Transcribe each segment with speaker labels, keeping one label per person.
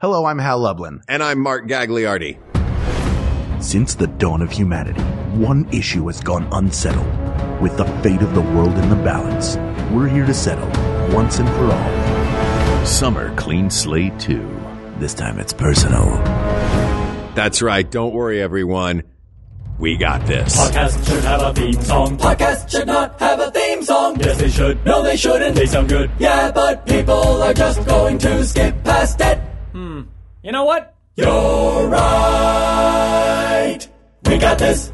Speaker 1: Hello, I'm Hal Lublin.
Speaker 2: And I'm Mark Gagliardi.
Speaker 3: Since the dawn of humanity, one issue has gone unsettled. With the fate of the world in the balance, we're here to settle once and for all.
Speaker 4: Summer Clean Slate 2.
Speaker 3: This time it's personal.
Speaker 2: That's right. Don't worry, everyone. We got this.
Speaker 5: Podcasts should have a theme song. Podcasts should not have a theme song. Yes, they should. No, they shouldn't. They sound good. Yeah, but people are just going to skip past it. Hmm. You know what? You're right. We got this.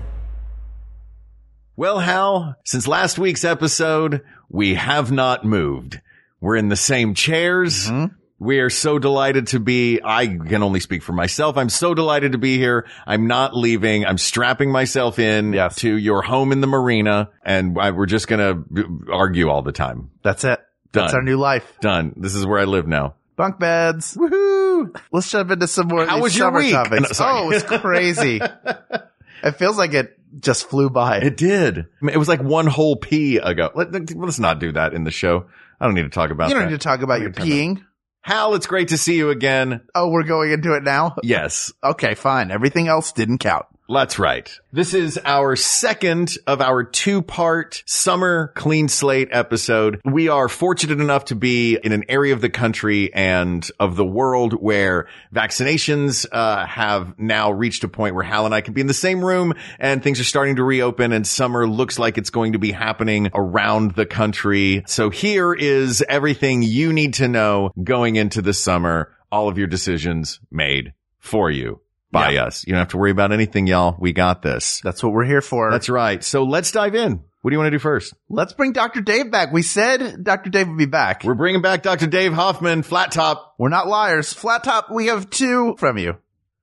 Speaker 4: Well, Hal, since last week's episode, we have not moved. We're in the same chairs.
Speaker 1: Mm-hmm.
Speaker 4: We are so delighted to be, I can only speak for myself. I'm so delighted to be here. I'm not leaving. I'm strapping myself in
Speaker 1: Yes.
Speaker 4: to your home in the marina and I, we're just going to argue all the time.
Speaker 1: That's it. That's
Speaker 4: Done.
Speaker 1: our new life.
Speaker 4: Done. This is where I live now.
Speaker 1: Bunk beds.
Speaker 4: Woohoo.
Speaker 1: Let's jump into some more. of
Speaker 4: How
Speaker 1: these
Speaker 4: was your
Speaker 1: summer
Speaker 4: week? No,
Speaker 1: Topics.
Speaker 4: sorry.
Speaker 1: oh, it's crazy. it feels like it just flew by.
Speaker 4: It did. I mean, It was like one whole pee ago. Let, us not do that in the show. I don't need to talk about
Speaker 1: you don't
Speaker 4: that.
Speaker 1: need to talk about your peeing.
Speaker 4: Hal, it's great to see you again.
Speaker 1: Oh, we're going into it now?
Speaker 4: Yes.
Speaker 1: Okay, fine. Everything else didn't count.
Speaker 4: That's right. This is our second of our two part summer clean slate episode. We are fortunate enough to be in an area of the country and of the world where vaccinations uh, have now reached a point where Hal and I can be in the same room and things are starting to reopen and summer looks like it's going to be happening around the country. So here is everything you need to know going into the summer. All of your decisions made for you by us. You don't have to worry about anything, y'all. We got this.
Speaker 1: That's what we're here for.
Speaker 4: That's right. So let's dive in. What do you want to do first?
Speaker 1: Let's bring Dr. Dave back. We said Dr. Dave would be back.
Speaker 4: We're bringing back Dr. Dave Hoffman, Flat Top.
Speaker 1: We're not liars. Flat top, we have two from you.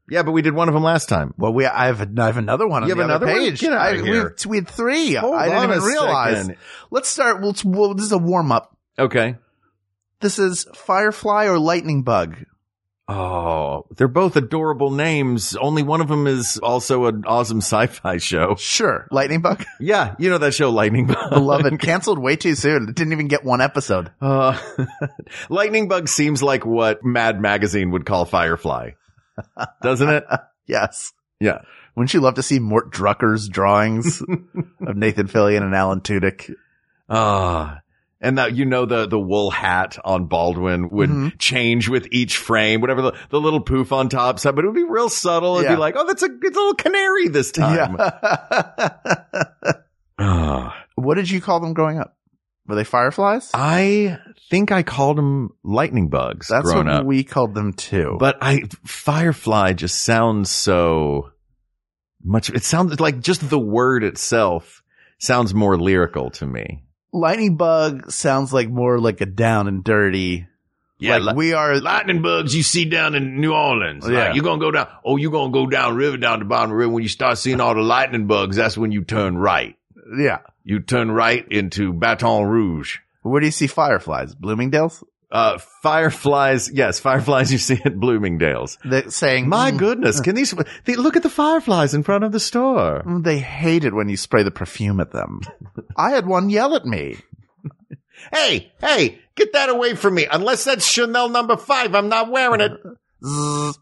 Speaker 4: Yeah, but we did one of them last time.
Speaker 1: Well, we I have, I have another one on
Speaker 4: You
Speaker 1: the
Speaker 4: have
Speaker 1: other
Speaker 4: another one?
Speaker 1: page.
Speaker 4: Get outta
Speaker 1: I,
Speaker 4: here.
Speaker 1: We, we had three.
Speaker 4: Hold
Speaker 1: I didn't
Speaker 4: on
Speaker 1: even
Speaker 4: a
Speaker 1: realize.
Speaker 4: second.
Speaker 1: Let's start. We'll, well, this is a warm up.
Speaker 4: Okay.
Speaker 1: This is Firefly or Lightning Bug.
Speaker 4: Oh, they're both adorable names. Only one of them is also an awesome sci-fi show.
Speaker 1: Sure. Lightning Bug?
Speaker 4: Yeah, you know that show, Lightning Bug.
Speaker 1: Beloved. Canceled way too soon. It didn't even get one episode.
Speaker 4: Uh, Lightning Bug seems like what Mad Magazine would call Firefly, doesn't it?
Speaker 1: Yes.
Speaker 4: Yeah.
Speaker 1: Wouldn't you love to see Mort Drucker's drawings of Nathan Fillion and Alan Tudyk?
Speaker 4: Ah. and that you know the the wool hat on Baldwin would
Speaker 1: Mhm.
Speaker 4: change with each frame, whatever the, the little poof on top. So, but it would be real subtle. It'd
Speaker 1: Yeah.
Speaker 4: be like, oh, that's a it's a little canary this time.
Speaker 1: Yeah.
Speaker 4: Ah.
Speaker 1: what did you call them growing up? Were they fireflies?
Speaker 4: I think I called them lightning bugs
Speaker 1: That's
Speaker 4: grown
Speaker 1: what
Speaker 4: up,
Speaker 1: we called them too.
Speaker 4: but I firefly just sounds so much. It sounds like just the word itself sounds more lyrical to me.
Speaker 1: lightning bug sounds like more like a down and dirty. like
Speaker 4: li-
Speaker 1: we are.
Speaker 4: lightning bugs you see down in New Orleans. Like,
Speaker 1: Yeah.
Speaker 4: you're gonna go down. Oh, you're gonna go down river, down the bottom of the river. When you start seeing all the lightning bugs, that's when you turn right.
Speaker 1: yeah.
Speaker 4: You turn right into Baton Rouge.
Speaker 1: Where do you see fireflies? Bloomingdale's.
Speaker 4: Uh, fireflies. Yes, fireflies you see at Bloomingdale's.
Speaker 1: They're saying
Speaker 4: My
Speaker 1: "Mm,
Speaker 4: goodness, can these they, look at the fireflies in front of the store?
Speaker 1: mm, They hate it when you spray the perfume at them. I had one yell at me.
Speaker 4: Hey, hey, get that away from me! Unless that's Chanel number five, I'm not wearing it.
Speaker 1: Zzz.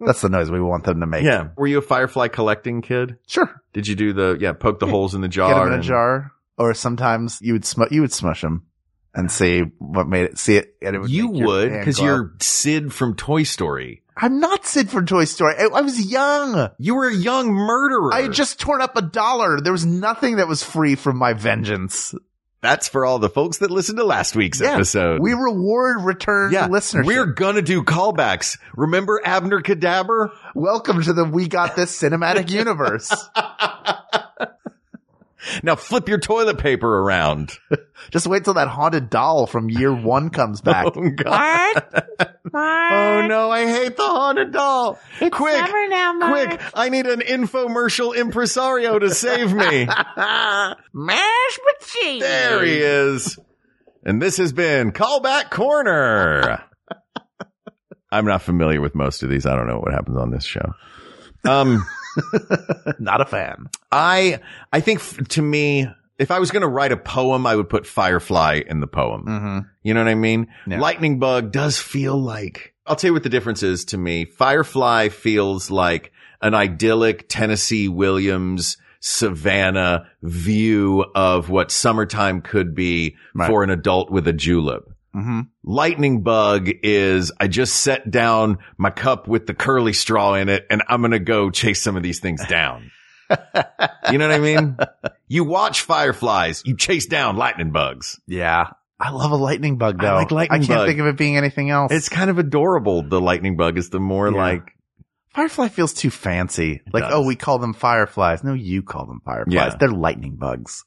Speaker 1: That's the noise we want them to make.
Speaker 4: Yeah. Were you a firefly collecting kid?
Speaker 1: sure.
Speaker 4: Did you do the yeah poke the holes in the jar?
Speaker 1: Get them in a
Speaker 4: and-
Speaker 1: jar, or sometimes you would sm- you would smush them and see what made it see it. And it would
Speaker 4: You
Speaker 1: make your
Speaker 4: would,
Speaker 1: hand
Speaker 4: because
Speaker 1: glow.
Speaker 4: you're Sid from Toy Story.
Speaker 1: I'm not Sid from Toy Story. I, I was young.
Speaker 4: You were a young murderer.
Speaker 1: I had just torn up a dollar. There was nothing that was free from my vengeance.
Speaker 4: That's for all the folks that listened to last week's
Speaker 1: Yeah,
Speaker 4: episode.
Speaker 1: We reward return
Speaker 4: yeah,
Speaker 1: listenership.
Speaker 4: We're gonna do callbacks. Remember Abner Cadaver?
Speaker 1: Welcome to the We Got This cinematic universe.
Speaker 4: Now flip your toilet paper around.
Speaker 1: Just wait till that haunted doll from year one comes back.
Speaker 4: Oh God. oh no, I hate the haunted doll. quick,
Speaker 6: now,
Speaker 4: quick, I need an infomercial impresario to save me.
Speaker 6: Mashed potatoes.
Speaker 4: There he is. And this has been Callback Corner. I'm not familiar with most of these. I don't know what happens on this show. Um,
Speaker 1: Not a fan.
Speaker 4: I I think f- to me if I was going to write a poem, I would put Firefly in the poem.
Speaker 1: Mm-hmm.
Speaker 4: You know what I mean?
Speaker 1: Yeah.
Speaker 4: Lightning Bug does feel like, I'll tell you what the difference is to me. Firefly feels like an idyllic Tennessee Williams Savannah view of what summertime could be
Speaker 1: Right.
Speaker 4: for an adult with a julep.
Speaker 1: Mm-hmm.
Speaker 4: Lightning bug is I just set down my cup with the curly straw in it and I'm going to go chase some of these things down. you know what I mean? You watch fireflies, you chase down lightning bugs.
Speaker 1: Yeah. I love a lightning bug
Speaker 4: I
Speaker 1: though.
Speaker 4: like lightning
Speaker 1: I can't
Speaker 4: bug.
Speaker 1: think of it being anything else.
Speaker 4: It's kind of adorable. The lightning bug is the more
Speaker 1: Yeah.
Speaker 4: like,
Speaker 1: Firefly feels too fancy. like,
Speaker 4: does.
Speaker 1: oh, we call them fireflies. No, you call them fireflies.
Speaker 4: Yeah.
Speaker 1: They're lightning bugs.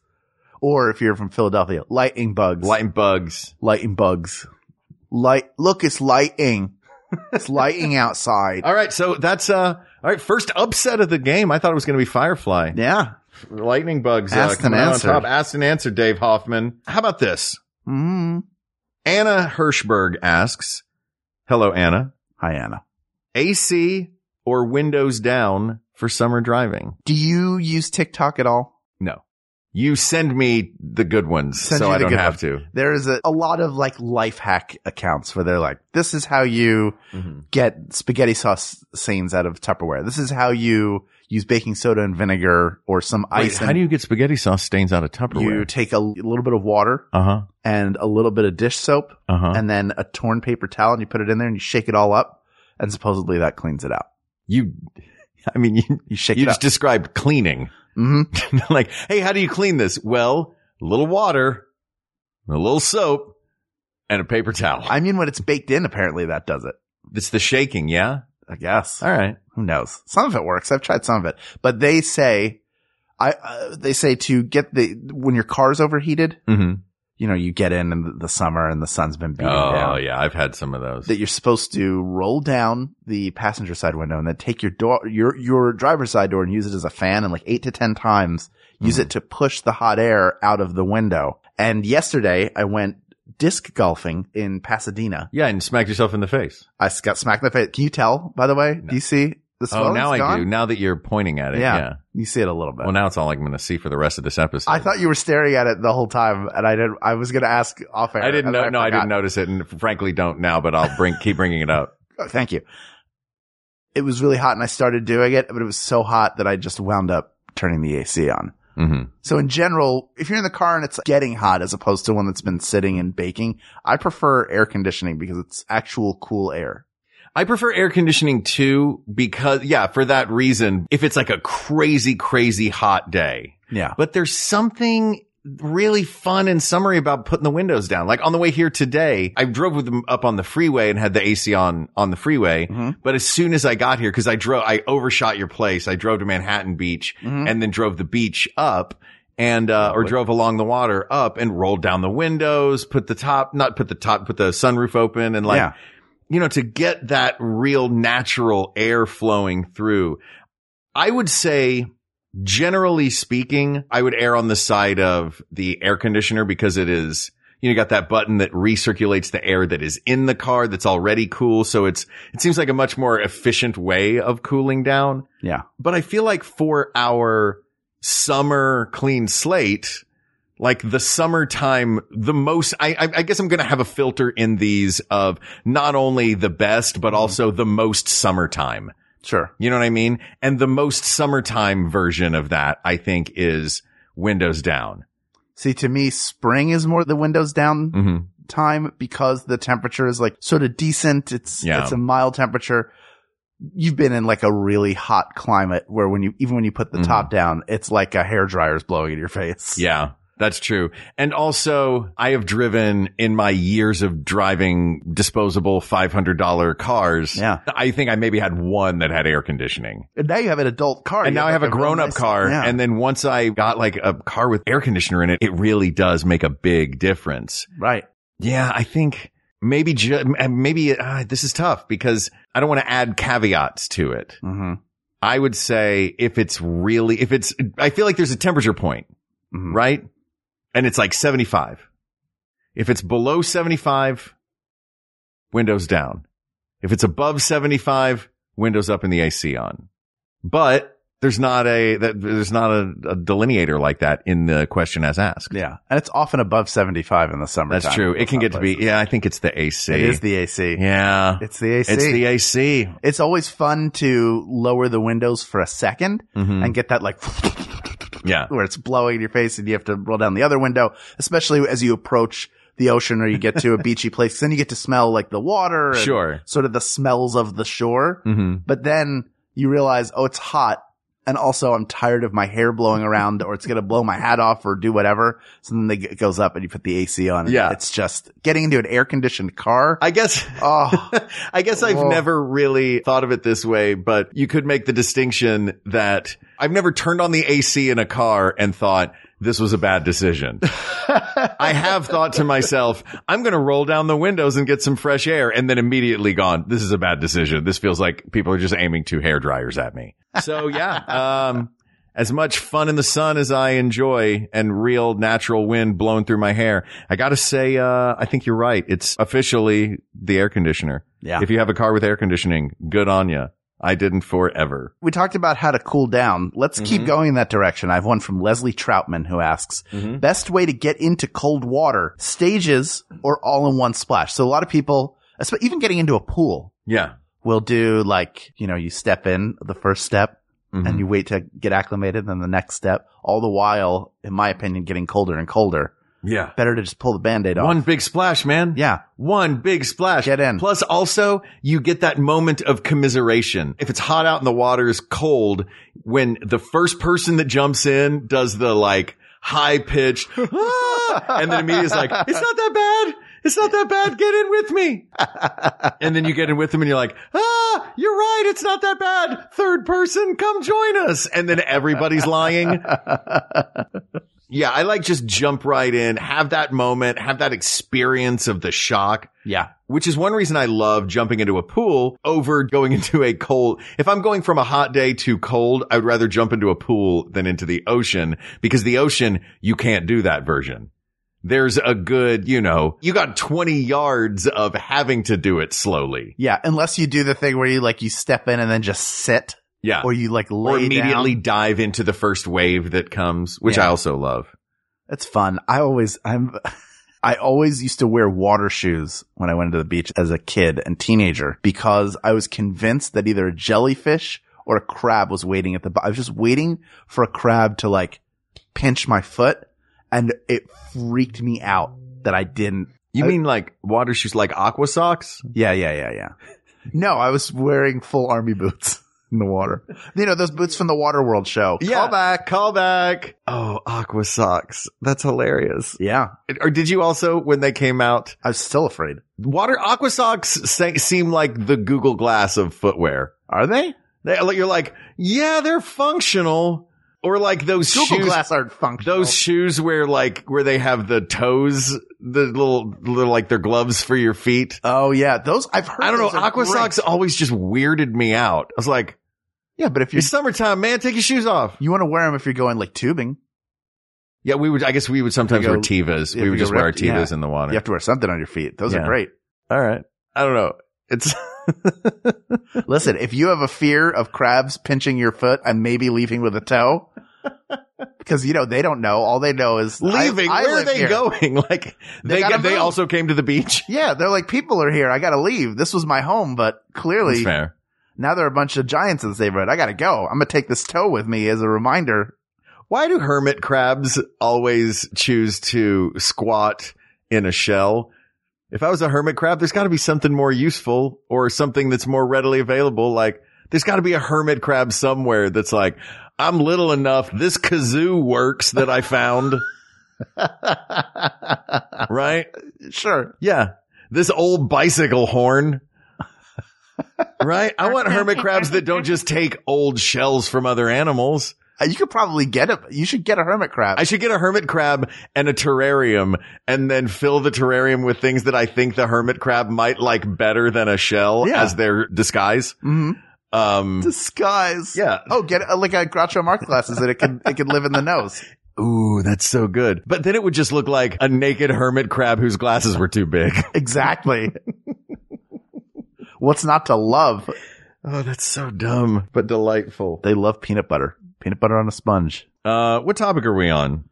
Speaker 1: Or if you're from Philadelphia, lightning bugs.
Speaker 4: lightning bugs.
Speaker 1: lightning bugs. Light. Look, it's lighting. it's lighting outside.
Speaker 4: All right. So that's, uh, all right. First upset of the game. I thought it was going to be firefly.
Speaker 1: Yeah.
Speaker 4: Lightning bugs.
Speaker 1: Asked
Speaker 4: uh, coming
Speaker 1: and
Speaker 4: out on
Speaker 1: answered.
Speaker 4: top. Asked and answer, Dave Hoffman. How about this?
Speaker 1: Mm.
Speaker 4: Anna Hirschberg asks, hello, Anna.
Speaker 1: Hi, Anna.
Speaker 4: AC or windows down for summer driving?
Speaker 1: Do you use TikTok at all?
Speaker 4: No. You send me the good ones
Speaker 1: Send
Speaker 4: so
Speaker 1: you
Speaker 4: I
Speaker 1: the
Speaker 4: don't
Speaker 1: good
Speaker 4: have
Speaker 1: There is a, a lot of like life hack accounts where they're like, this is how you
Speaker 4: to.
Speaker 1: get spaghetti sauce stains out of Tupperware. This is how you use baking soda and vinegar or some
Speaker 4: Wait,
Speaker 1: ice.
Speaker 4: how do you get spaghetti sauce stains out of
Speaker 1: you
Speaker 4: Tupperware?
Speaker 1: take a little bit of water
Speaker 4: Uh huh.
Speaker 1: and a little bit of dish soap
Speaker 4: Uh huh.
Speaker 1: and then a torn paper towel and you put it in there and you shake it all up and supposedly that cleans it out.
Speaker 4: You, I mean, you,
Speaker 1: You shake
Speaker 4: you
Speaker 1: it
Speaker 4: just
Speaker 1: up.
Speaker 4: described cleaning.
Speaker 1: hmm
Speaker 4: like, hey, how do you clean this? Well, a little water, a little soap, and a paper towel.
Speaker 1: I mean, when it's baked in, apparently that does it.
Speaker 4: it's the shaking, yeah?
Speaker 1: I guess.
Speaker 4: All right.
Speaker 1: Who knows? Some of it works. I've tried some of it, but they say, I, uh, they say to get the, when your car's overheated,
Speaker 4: Mm-hmm.
Speaker 1: you know, you get in in the, the summer and the sun's been beating
Speaker 4: Oh,
Speaker 1: down.
Speaker 4: yeah. I've had some of those.
Speaker 1: that you're supposed to roll down the passenger side window and then take your door, your, your driver's side door and use it as a fan and like eight to 10 times use
Speaker 4: Mm-hmm.
Speaker 1: it to push the hot air out of the window. And yesterday I went disc golfing in Pasadena.
Speaker 4: yeah. And smacked yourself in the face.
Speaker 1: I s- got smacked in the face. Can you tell, by the way? Do you see the swelling?
Speaker 4: Oh, now I do. Now that you're pointing at it.
Speaker 1: Yeah.
Speaker 4: yeah.
Speaker 1: You see it a little bit.
Speaker 4: Well, now it's all I'm going to see for the rest of this episode.
Speaker 1: I thought you were staring at it the whole time and I didn't, I was going to ask off air.
Speaker 4: I
Speaker 1: and
Speaker 4: didn't know. No, I
Speaker 1: forgot.
Speaker 4: didn't notice it, and frankly, don't now. But I'll bring keep bringing it up.
Speaker 1: Oh, thank you. It was really hot and I started doing it, but it was so hot that I just wound up turning the AC on.
Speaker 4: hmm
Speaker 1: So in general, if you're in the car and it's getting hot as opposed to one that's been sitting and baking, I prefer air conditioning because it's actual cool air.
Speaker 4: I prefer air conditioning too, because yeah, for that reason. If it's like a crazy, crazy hot day,
Speaker 1: Yeah.
Speaker 4: but there's something really fun and summery about putting the windows down. Like on the way here today, I drove with them up on the freeway and had the AC on on the freeway.
Speaker 1: Mhm.
Speaker 4: But as soon as I got here, because I drove, I overshot your place. I drove to Manhattan Beach
Speaker 1: Mhm.
Speaker 4: and then drove the beach up. And, uh, or drove along the water up and rolled down the windows, put the top, not put the top, put the sunroof open and like,
Speaker 1: Yeah.
Speaker 4: you know, to get that real natural air flowing through. I would say, generally speaking, I would err on the side of the air conditioner because it is, you know, you got that button that recirculates the air that is in the car that's already cool. So it's, it seems like a much more efficient way of cooling down.
Speaker 1: Yeah.
Speaker 4: But I feel like for our summer clean slate, like the summertime, the most, I, I, I guess I'm going to have a filter in these of not only the best,
Speaker 1: Mm-hmm.
Speaker 4: but also the most summertime.
Speaker 1: Sure.
Speaker 4: You know what I mean? And the most summertime version of that, I think, is windows down.
Speaker 1: See, to me, spring is more the windows down
Speaker 4: Mm-hmm.
Speaker 1: time because the temperature is like sort of decent. It's,
Speaker 4: Yeah.
Speaker 1: it's a mild temperature. You've been in like a really hot climate where when you, even when you put the
Speaker 4: Mhm.
Speaker 1: top down, it's like a hair dryer's blowing in your face.
Speaker 4: Yeah, that's true. And also, I have driven in my years of driving disposable $500 cars.
Speaker 1: Yeah.
Speaker 4: I think I maybe had one that had air conditioning.
Speaker 1: And now you have an adult car.
Speaker 4: And
Speaker 1: You
Speaker 4: now I have
Speaker 1: like,
Speaker 4: a
Speaker 1: real
Speaker 4: grown up
Speaker 1: nice-
Speaker 4: car.
Speaker 1: Yeah.
Speaker 4: And then once I got like a car with air conditioner in it, it really does make a big difference.
Speaker 1: right.
Speaker 4: Yeah, I think maybe ju- maybe uh, this is tough because I don't want to add caveats to it.
Speaker 1: hmm
Speaker 4: I would say if it's really if it's I feel like there's a temperature point,
Speaker 1: Mhm.
Speaker 4: right? And it's like 75. If it's below 75, windows down. If it's above 75, windows up and the AC on. But There's not a that, there's not a, a delineator like that in the question as asked.
Speaker 1: Yeah. And it's often above 75 in the summer.
Speaker 4: That's true. It can get to be. Yeah, I think it's the AC.
Speaker 1: It is the AC.
Speaker 4: yeah.
Speaker 1: It's the AC.
Speaker 4: It's the AC.
Speaker 1: It's always fun to lower the windows for a 2nd
Speaker 4: Mm.
Speaker 1: and get that like
Speaker 4: Mm-hmm. Yeah.
Speaker 1: where it's blowing in your face and you have to roll down the other window, especially as you approach the ocean or you get to a beachy place. Then you get to smell like the water. and
Speaker 4: Sure.
Speaker 1: Sort of the smells of the shore.
Speaker 4: Mm-hmm.
Speaker 1: But then you realize, oh, it's hot. And also I'm tired of my hair blowing around or it's going to blow my hat off or do whatever. So then they, it goes up and you put the AC on. and
Speaker 4: Yeah.
Speaker 1: It's just getting into an air conditioned car.
Speaker 4: I guess.
Speaker 1: oh,
Speaker 4: I guess I've
Speaker 1: Whoa.
Speaker 4: never really thought of it this way, but you could make the distinction that I've never turned on the AC in a car and thought this was a bad decision. I have thought to myself, I'm going to roll down the windows and get some fresh air and then immediately gone. This is a bad decision. This feels like people are just aiming two hair dryers at me. So yeah, um, as much fun in the sun as I enjoy and real natural wind blowing through my hair, I gotta say, uh, I think you're right. It's officially the air conditioner.
Speaker 1: Yeah.
Speaker 4: If you have a car with air conditioning, good on ya. I didn't forever.
Speaker 1: we talked about how to cool down. Let's
Speaker 4: Mm-hmm.
Speaker 1: keep going in that direction. I have one from Leslie Troutman who asks, best way to get into cold water, stages or all in one splash. So a lot of people, espe- even getting into a pool
Speaker 4: Yeah.
Speaker 1: will do like, you know, you step in the first step
Speaker 4: Mhm.
Speaker 1: and you wait to get acclimated. Then the next step, all the while, in my opinion, getting colder and colder.
Speaker 4: Yeah.
Speaker 1: Better to just pull the band-aid off.
Speaker 4: One big splash, man.
Speaker 1: yeah.
Speaker 4: One big splash.
Speaker 1: Get in.
Speaker 4: Plus also you get that moment of commiseration. If it's hot out and the water is cold, when the first person that jumps in does the like high pitched "Ah!" and then immediately is like, it's not that bad. It's not that bad. Get in with me. And then you get in with them and you're like, ah, you're right. It's not that bad. Third person, come join us. And then everybody's lying. Yeah. I like just jump right in, have that moment, have that experience of the shock
Speaker 1: Yeah.
Speaker 4: which is one reason I love jumping into a pool over going into a cold. If I'm going from a hot day to cold, I would rather jump into a pool than into the ocean because the ocean, you can't do that version. There's a good, you know, you got 20 yards of having to do it slowly.
Speaker 1: Yeah. Unless you do the thing where you like, you step in and then just sit
Speaker 4: Yeah.
Speaker 1: or you like lay
Speaker 4: Or
Speaker 1: down.
Speaker 4: immediately dive into the first wave that comes, which
Speaker 1: Yeah.
Speaker 4: I also love.
Speaker 1: It's fun. I always, I'm, I always used to wear water shoes when I went to the beach as a kid and teenager because I was convinced that either a jellyfish or a crab was waiting at the, bo- I was just waiting for a crab to like pinch my foot and it freaked me out that I didn't.
Speaker 4: You
Speaker 1: I-
Speaker 4: mean like water shoes, like aqua socks?
Speaker 1: Yeah, yeah, yeah, yeah. No, I was wearing full army boots in the water. You know, those boots from the Waterworld show.
Speaker 4: Yeah.
Speaker 1: Callback.
Speaker 4: Call back. Oh, aqua socks. That's hilarious.
Speaker 1: Yeah.
Speaker 4: Or did you also, when they came out,
Speaker 1: I was still afraid.
Speaker 4: water aqua socks se- seem like the Google Glass of footwear?
Speaker 1: Are they?
Speaker 4: They, like, you're like, yeah, they're functional, or like those
Speaker 1: Google
Speaker 4: shoes.
Speaker 1: Glass aren't functional.
Speaker 4: Those shoes where like where they have the toes, the little, little like their gloves for your feet.
Speaker 1: Oh yeah, those I've heard.
Speaker 4: I don't know.
Speaker 1: those are
Speaker 4: Aqua
Speaker 1: great.
Speaker 4: socks always just weirded me out. I was like,
Speaker 1: Yeah, but if you
Speaker 4: it's summertime, man. Take your shoes off.
Speaker 1: you want to wear them if you're going like tubing,
Speaker 4: Yeah, we would. I guess we would sometimes
Speaker 1: If you
Speaker 4: wear
Speaker 1: go-
Speaker 4: tivas.
Speaker 1: if
Speaker 4: We
Speaker 1: you
Speaker 4: would
Speaker 1: go
Speaker 4: just wear our
Speaker 1: ripped- yeah.
Speaker 4: tivas in the water.
Speaker 1: you have to wear something on your feet. Those
Speaker 4: Yeah.
Speaker 1: are great.
Speaker 4: All right. I don't know. It's
Speaker 1: Listen, if you have a fear of crabs pinching your foot and maybe leaving with a toe, because you know they don't know. All they know is I-
Speaker 4: leaving.
Speaker 1: I
Speaker 4: Where are
Speaker 1: live
Speaker 4: they
Speaker 1: here.
Speaker 4: going? Like
Speaker 1: They
Speaker 4: they
Speaker 1: gotta
Speaker 4: get, they
Speaker 1: move.
Speaker 4: also came to the beach.
Speaker 1: Yeah, they're like people are here. I gotta leave. This was my home, but clearly
Speaker 4: fair.
Speaker 1: now there are a bunch of giants in this neighborhood. I gotta go. I'm gonna take this toe with me as a reminder.
Speaker 4: Why do hermit crabs always choose to squat in a shell? If I was a hermit crab, there's got to be something more useful or something that's more readily available. Like there's got to be a hermit crab somewhere that's like, I'm little enough. This kazoo works that I found. right?
Speaker 1: Sure.
Speaker 4: Yeah. This old bicycle horn. right? I want hermit crabs that don't just take old shells from other animals.
Speaker 1: Uh, You could probably get it. You should get a hermit crab.
Speaker 4: I should get a hermit crab and a terrarium and then fill the terrarium with things that I think the hermit crab might like better than a shell
Speaker 1: Yeah.
Speaker 4: as their disguise.
Speaker 1: Mhm.
Speaker 4: Um
Speaker 1: disguise.
Speaker 4: Yeah.
Speaker 1: Oh, get uh, like a Groucho Marx glasses that it can it can live in the nose.
Speaker 4: ooh, that's so good. But then it would just look like a naked hermit crab whose glasses were too big.
Speaker 1: Exactly. What's not to love?
Speaker 4: Oh, that's so dumb, but delightful.
Speaker 1: They love peanut butter. Peanut butter on a sponge.
Speaker 4: Uh, what topic are we on?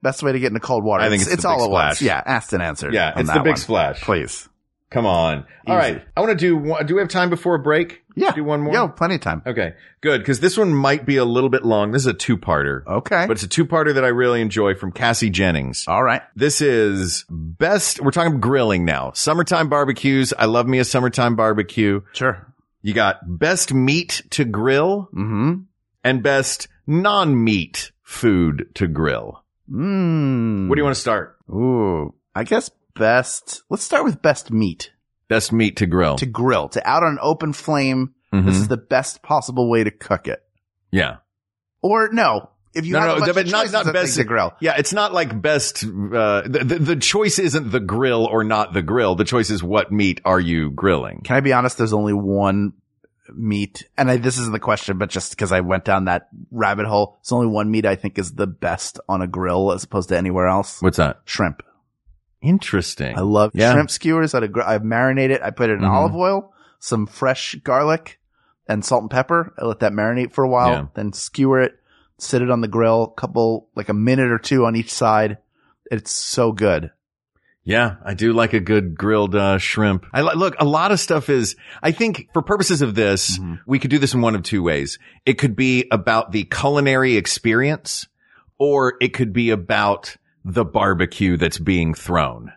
Speaker 1: That's the way to get into cold water.
Speaker 4: I think it's the big
Speaker 1: all at
Speaker 4: splash.
Speaker 1: once. Yeah, asked and answered.
Speaker 4: Yeah,
Speaker 1: on
Speaker 4: it's the
Speaker 1: that
Speaker 4: big
Speaker 1: one.
Speaker 4: splash.
Speaker 1: Please.
Speaker 4: Come on. All right. I want to do one. Do we have time before a break?
Speaker 1: Yeah.
Speaker 4: Do one more?
Speaker 1: Yo, plenty of time.
Speaker 4: Okay. Good. Cause this one might be a little bit long. This is a two parter,
Speaker 1: Okay.
Speaker 4: but it's a two parter that I really enjoy from Cassie Jennings. Uh,
Speaker 1: all right.
Speaker 4: This is best. We're talking grilling now. Summertime barbecues. I love me a summertime barbecue.
Speaker 1: Sure.
Speaker 4: You got best meat to grill
Speaker 1: Mm
Speaker 4: and best non meat food to grill.
Speaker 1: hmm. Mm.
Speaker 4: What do you want to start?
Speaker 1: Ooh. I guess best. Let's start with best meat
Speaker 4: Best meat to grill.
Speaker 1: to grill, to out on an open flame.
Speaker 4: Mhm.
Speaker 1: This is the best possible way to cook it.
Speaker 4: yeah.
Speaker 1: Or no, if you
Speaker 4: No,
Speaker 1: have
Speaker 4: no,
Speaker 1: a bunch
Speaker 4: but
Speaker 1: of
Speaker 4: not-
Speaker 1: choices
Speaker 4: not
Speaker 1: of
Speaker 4: best-
Speaker 1: things to grill.
Speaker 4: Yeah. It's not like best, uh, the, the, the choice isn't the grill or not the grill. The choice is what meat are you grilling?
Speaker 1: Can I be honest? There's only one meat, and I, this isn't the question, but just because I went down that rabbit hole, it's only one meat I think is the best on a grill as opposed to anywhere else.
Speaker 4: What's that?
Speaker 1: Shrimp.
Speaker 4: Interesting.
Speaker 1: I love
Speaker 4: Yeah.
Speaker 1: shrimp skewers. At a gr- I marinate it. I put it in
Speaker 4: Mhm.
Speaker 1: olive oil, some fresh garlic, and salt and pepper. I let that marinate for a while,
Speaker 4: Yeah.
Speaker 1: then skewer it, sit it on the grill, couple like a minute or two on each side. It's so good.
Speaker 4: Yeah, I do like a good grilled uh, shrimp. I li- look, a lot of stuff is. I think for purposes of this, we could do this in one of two ways. It could be about the culinary experience, or it could be about the barbecue that's being thrown.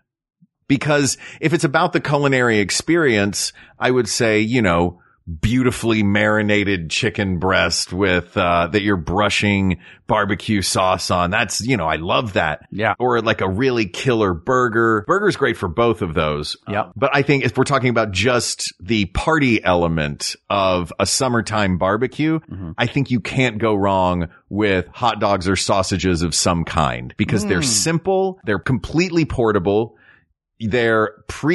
Speaker 4: Because if it's about the culinary experience, I would say, you know, beautifully marinated chicken breast with uh, that you're brushing barbecue sauce on. That's, you know, I love that
Speaker 1: Yeah.
Speaker 4: or like a really killer burger. Burger's great for both of those.
Speaker 1: Yep.
Speaker 4: But I think if we're talking about just the party element of a summertime barbecue,
Speaker 1: Mm-hmm.
Speaker 4: I think you can't go wrong with hot dogs or sausages of some kind because
Speaker 1: Hmm.
Speaker 4: they're simple, they're completely portable, they're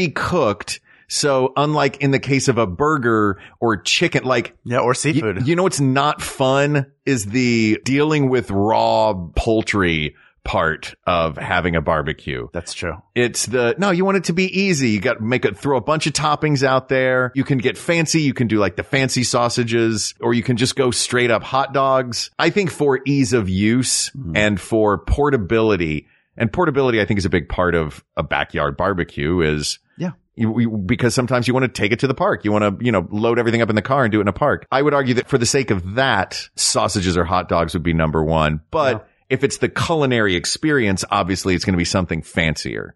Speaker 4: pre-cooked. So unlike in the case of a burger or chicken, like
Speaker 1: Yeah, or
Speaker 4: Y-
Speaker 1: seafood.
Speaker 4: You, know what's not fun is the dealing with raw poultry part of having a barbecue.
Speaker 1: That's true.
Speaker 4: It's the no, you want it to be easy. You got to make it throw a bunch of toppings out there. You can get fancy, you can do like the fancy sausages or you can just go straight up hot dogs. I think for ease of use and for portability and portability I think is a big part of a backyard barbecue is
Speaker 1: Yeah.
Speaker 4: you, you- because sometimes you want to take it to the park. You want to, you know, load everything up in the car and do it in a park. I would argue that for the sake of that, sausages or hot dogs would be number one. But if it's the culinary experience, obviously it's going to be something fancier.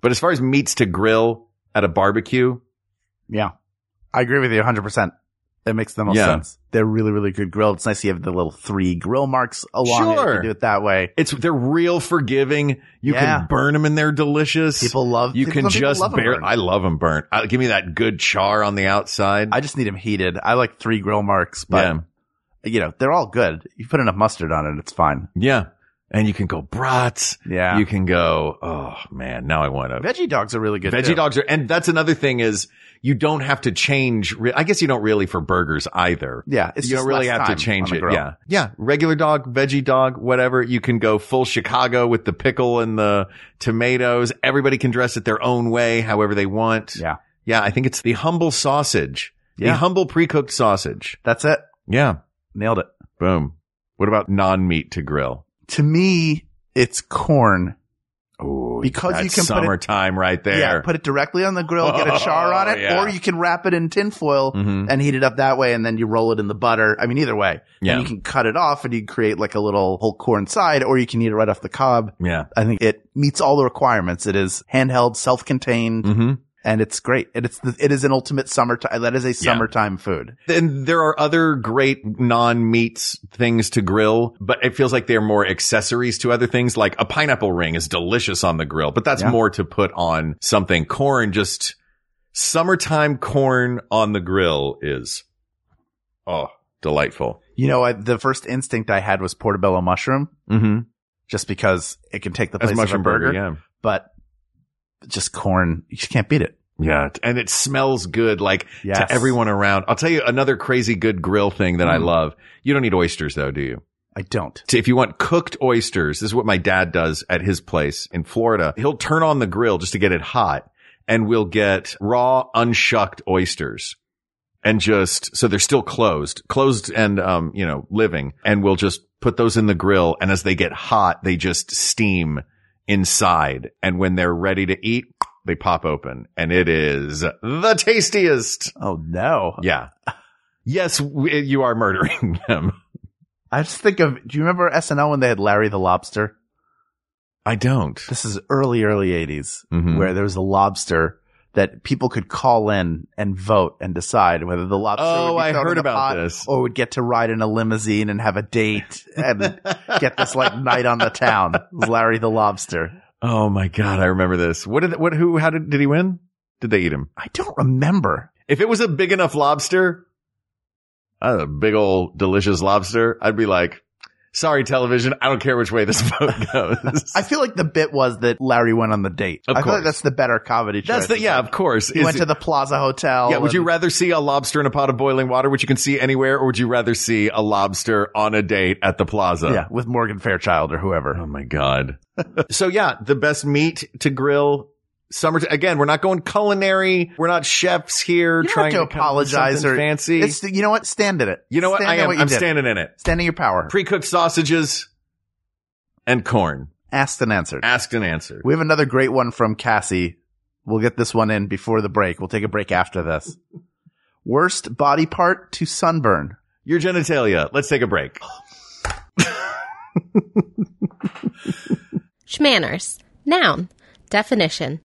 Speaker 4: But as far as meats to grill at a barbecue,
Speaker 1: Yeah. I agree with you 100%. That makes the most
Speaker 4: Yeah.
Speaker 1: sense. They're really, really good grilled. It's nice you have the little three grill marks along it. You
Speaker 4: Sure.
Speaker 1: can do it that way.
Speaker 4: it's they're real forgiving. You
Speaker 1: Yeah.
Speaker 4: can burn them and they're delicious.
Speaker 1: People love,
Speaker 4: you
Speaker 1: people-
Speaker 4: can
Speaker 1: some people
Speaker 4: just
Speaker 1: love 'em
Speaker 4: bear.
Speaker 1: burnt.
Speaker 4: I love them burnt. I, give me that good char on the outside.
Speaker 1: I just need them heated. I like three grill marks, but
Speaker 4: yeah.
Speaker 1: you know, they're all good. You put enough mustard on it. It's fine.
Speaker 4: Yeah. And you can go brats.
Speaker 1: Yeah.
Speaker 4: You can go, oh man, now I want to.
Speaker 1: Veggie dogs are really good.
Speaker 4: Veggie
Speaker 1: too.
Speaker 4: dogs are, and that's another thing is you don't have to change. Re- I guess you don't really for burgers either.
Speaker 1: Yeah. It's
Speaker 4: you
Speaker 1: just
Speaker 4: don't really
Speaker 1: less
Speaker 4: have to
Speaker 1: time
Speaker 4: change
Speaker 1: on the
Speaker 4: it.
Speaker 1: grill.
Speaker 4: Yeah. Yeah. Regular dog, veggie dog, whatever. You can go full Chicago with the pickle and the tomatoes. Everybody can dress it their own way, however they want.
Speaker 1: Yeah.
Speaker 4: Yeah. I think it's the humble sausage,
Speaker 1: Yeah.
Speaker 4: the humble pre cooked sausage.
Speaker 1: That's it.
Speaker 4: Yeah.
Speaker 1: Nailed it.
Speaker 4: Boom. What about non meat to grill?
Speaker 1: To me, it's corn.
Speaker 4: Oh,
Speaker 1: Because you can put it-
Speaker 4: summertime right there.
Speaker 1: Yeah. Put it directly on the grill, get a char on it,
Speaker 4: Oh, yeah.
Speaker 1: or you can wrap it in tinfoil
Speaker 4: Mhm.
Speaker 1: and heat it up that way. And then you roll it in the butter. I mean, either way.
Speaker 4: yeah,
Speaker 1: And you can cut it off and you create like a little whole corn side, or you can eat it right off the cob.
Speaker 4: yeah.
Speaker 1: I think it meets all the requirements. It is handheld, self-contained,
Speaker 4: Mm-hmm.
Speaker 1: and it's great. And it's the, it is an ultimate summertime. That is a summertime food.
Speaker 4: Then there are other great non-meats things to grill, but it feels like they're more accessories to other things. Like a pineapple ring is delicious on the grill, but that's
Speaker 1: Yeah.
Speaker 4: more to put on something. Corn, just summertime corn on the grill is, oh, delightful.
Speaker 1: You know, I, the first instinct I had was portobello mushroom,
Speaker 4: Mm-hmm.
Speaker 1: just because it can take the
Speaker 4: As
Speaker 1: place of a
Speaker 4: mushroom
Speaker 1: burger.
Speaker 4: burger, yeah.
Speaker 1: But just corn, you just can't beat it.
Speaker 4: Yeah, and it smells good like
Speaker 1: Yes. Mm.
Speaker 4: to everyone around. I'll tell you another crazy good grill thing that I love. You don't need oysters though, do you?
Speaker 1: I don't.
Speaker 4: So if you want cooked oysters, this is what my dad does at his place in Florida. He'll turn on the grill just to get it hot and we'll get raw unshucked oysters. and just so they're still closed, closed and um, you know, living, and we'll just put those in the grill and as they get hot, they just steam inside and when they're ready to eat, they pop open and it is the tastiest.
Speaker 1: Oh no.
Speaker 4: Yeah. Yes, w- you are murdering them.
Speaker 1: I just think of, do you remember SNL when they had Larry the Lobster?
Speaker 4: I don't.
Speaker 1: This is early, early 80s
Speaker 4: Mhm.
Speaker 1: where there was a lobster that people could call in and vote and decide whether the lobster
Speaker 4: Oh,
Speaker 1: would be
Speaker 4: I
Speaker 1: thrown in
Speaker 4: heard
Speaker 1: the
Speaker 4: about
Speaker 1: pot
Speaker 4: this.
Speaker 1: or would get to ride in a limousine and have a date and get this like night on the town. It was Larry the Lobster.
Speaker 4: Oh my god, I remember this. What did what who how did did he win? Did they eat him?
Speaker 1: I don't remember.
Speaker 4: If it was a big enough lobster, uh, a big old delicious lobster, I'd be like, sorry television, I don't care which way this vote goes.
Speaker 1: I feel like the bit was that Larry went on the date.
Speaker 4: Of
Speaker 1: I feel
Speaker 4: course.
Speaker 1: like that's the better comedy.
Speaker 4: That's
Speaker 1: choice.
Speaker 4: the yeah, of course.
Speaker 1: He
Speaker 4: Is
Speaker 1: went
Speaker 4: it-
Speaker 1: to the Plaza Hotel.
Speaker 4: yeah, would you
Speaker 1: and-
Speaker 4: rather see a lobster in a pot of boiling water, which you can see anywhere, or would you rather see a lobster on a date at the plaza?
Speaker 1: Yeah, with Morgan Fairchild or whoever.
Speaker 4: Oh my god. so yeah, the best meat to grill. Summer again. We're not going culinary. We're not chefs here
Speaker 1: You don't have
Speaker 4: trying
Speaker 1: to
Speaker 4: come up with
Speaker 1: apologize
Speaker 4: something
Speaker 1: or-
Speaker 4: fancy.
Speaker 1: It's you know what? Stand in it.
Speaker 4: you know what?
Speaker 1: Stand
Speaker 4: I
Speaker 1: in
Speaker 4: am.
Speaker 1: What you
Speaker 4: I'm
Speaker 1: did.
Speaker 4: standing in it.
Speaker 1: Stand in your power.
Speaker 4: Pre-cooked sausages and corn.
Speaker 1: Asked and answered.
Speaker 4: Asked and answered.
Speaker 1: We have another great one from Cassie. We'll get this one in before the break. We'll take a break after this. Worst body part to sunburn.
Speaker 4: Your genitalia. Let's take a break.
Speaker 7: Schmanners. Noun. Definition.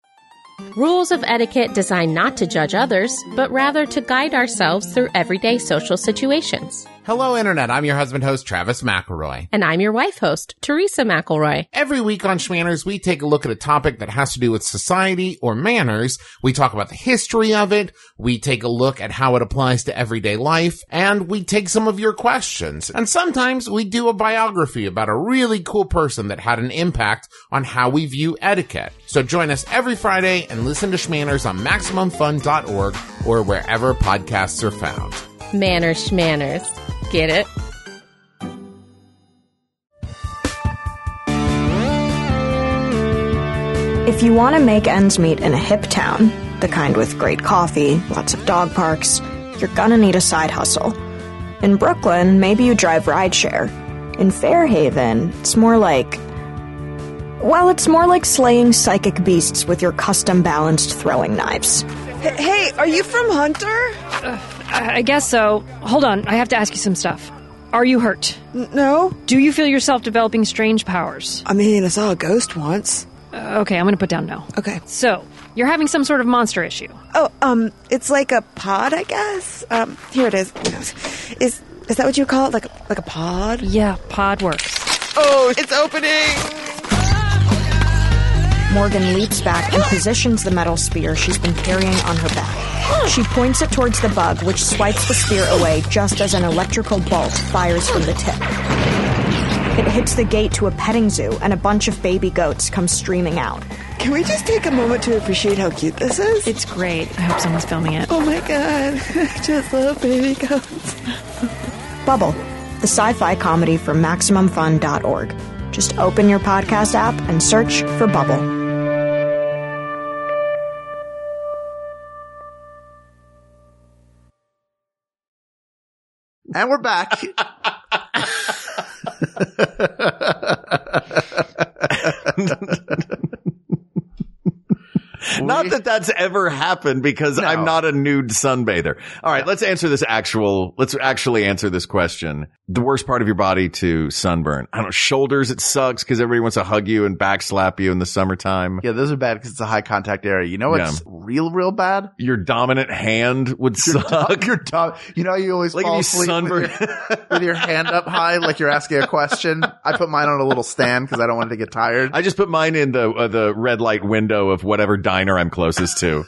Speaker 7: Rules of etiquette designed not to judge others, but rather to guide ourselves through everyday social situations.
Speaker 8: Hello, Internet. I'm your husband host, Travis McElroy.
Speaker 7: And I'm your wife host, Teresa McElroy.
Speaker 8: Every week on Schmanners, we take a look at a topic that has to do with society or manners. We talk about the history of it. We take a look at how it applies to everyday life. And we take some of your questions. And sometimes we do a biography about a really cool person that had an impact on how we view etiquette. So join us every Friday and listen to Schmanners on MaximumFun.org or wherever podcasts are found.
Speaker 7: Manners, schmanners. Get it?
Speaker 9: If you want to make ends meet in a hip town, the kind with great coffee, lots of dog parks, you're gonna need a side hustle. In Brooklyn, maybe you drive rideshare. In Fairhaven, it's more like. Well, it's more like slaying psychic beasts with your custom balanced throwing knives.
Speaker 10: Hey, are you from Hunter?
Speaker 11: I I guess so. Hold on, I have to ask you some stuff. Are you hurt?
Speaker 10: N- no.
Speaker 11: Do you feel yourself developing strange powers?
Speaker 10: I mean, I saw a ghost once.
Speaker 11: Uh, okay, I'm gonna put down no.
Speaker 10: Okay.
Speaker 11: So, you're having some sort of monster issue.
Speaker 10: Oh, um, it's like a pod, I guess. Um, here it is. Is is that what you call it? Like a- like a pod?
Speaker 11: Yeah, pod works.
Speaker 10: Oh, it's opening.
Speaker 9: Morgan leaps back and positions the metal spear she's been carrying on her back. She points it towards the bug, which swipes the spear away just as an electrical bolt fires from the tip. It hits the gate to a petting zoo, and a bunch of baby goats come streaming out.
Speaker 10: Can we just take a moment to appreciate how cute this is?
Speaker 11: It's great. I hope someone's filming it.
Speaker 10: oh my god, I just love baby goats.
Speaker 9: Bubble, the sci fi comedy from MaximumFun.org. Just open your podcast app and search for Bubble.
Speaker 1: And we're back.
Speaker 4: Not that that's ever happened because I'm not a nude sunbather. All right, let's answer this actual, let's actually answer this question. The worst part of your body to sunburn. I don't know, shoulders, it sucks because everybody wants to hug you and back slap you in the summertime.
Speaker 1: yeah, those are bad because it's a high contact area. You know what's
Speaker 4: Yeah.
Speaker 1: real, real bad?
Speaker 4: Your dominant hand would suck.
Speaker 1: Your tongue. You know, you always
Speaker 4: Like
Speaker 1: fall
Speaker 4: if you
Speaker 1: asleep
Speaker 4: sunburn.
Speaker 1: With, your, with your hand up high, like you're asking a question. I put mine on a little stand because I don't want it to get tired.
Speaker 4: I just put mine in the uh, the red light window of whatever diner I'm closest to.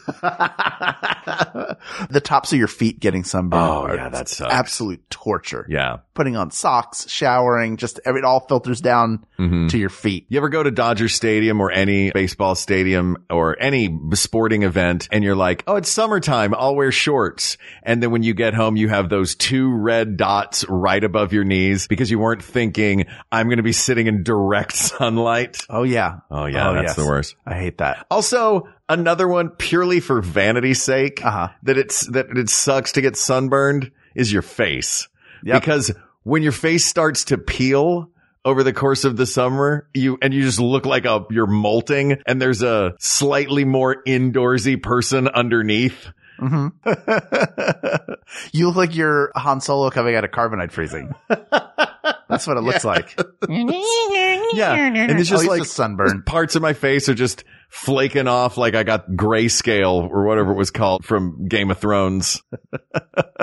Speaker 1: the tops of your feet getting sunburned.
Speaker 4: Oh,
Speaker 1: are
Speaker 4: yeah, that sucks.
Speaker 1: Absolute torture.
Speaker 4: yeah.
Speaker 1: putting on socks, showering, just every, it all filters down
Speaker 4: Mm-hmm.
Speaker 1: to your feet.
Speaker 4: You ever go to Dodger Stadium or any baseball stadium or any sporting event and you're like, oh, it's summertime. I'll wear shorts. And then when you get home, you have those two red dots right above your knees because you weren't thinking, I'm going to be sitting in direct sunlight.
Speaker 1: Oh, yeah.
Speaker 4: Oh, yeah.
Speaker 1: Oh,
Speaker 4: that's
Speaker 1: yes.
Speaker 4: the worst.
Speaker 1: I hate that.
Speaker 4: Also, another one purely for vanity's sake that it's that it sucks to get sunburned is your face. Because when your face starts to peel over the course of the summer, you and you just look like a you're molting and there's a slightly more indoorsy person underneath.
Speaker 1: hmm you look like you're Han Solo coming out of carbonite freezing. That's what it looks like.
Speaker 4: Yeah. And it's just
Speaker 1: Oh,
Speaker 4: like
Speaker 1: a sunburn.
Speaker 4: Parts of my face are just flaking off like I got grayscale or whatever it was called from Game of Thrones.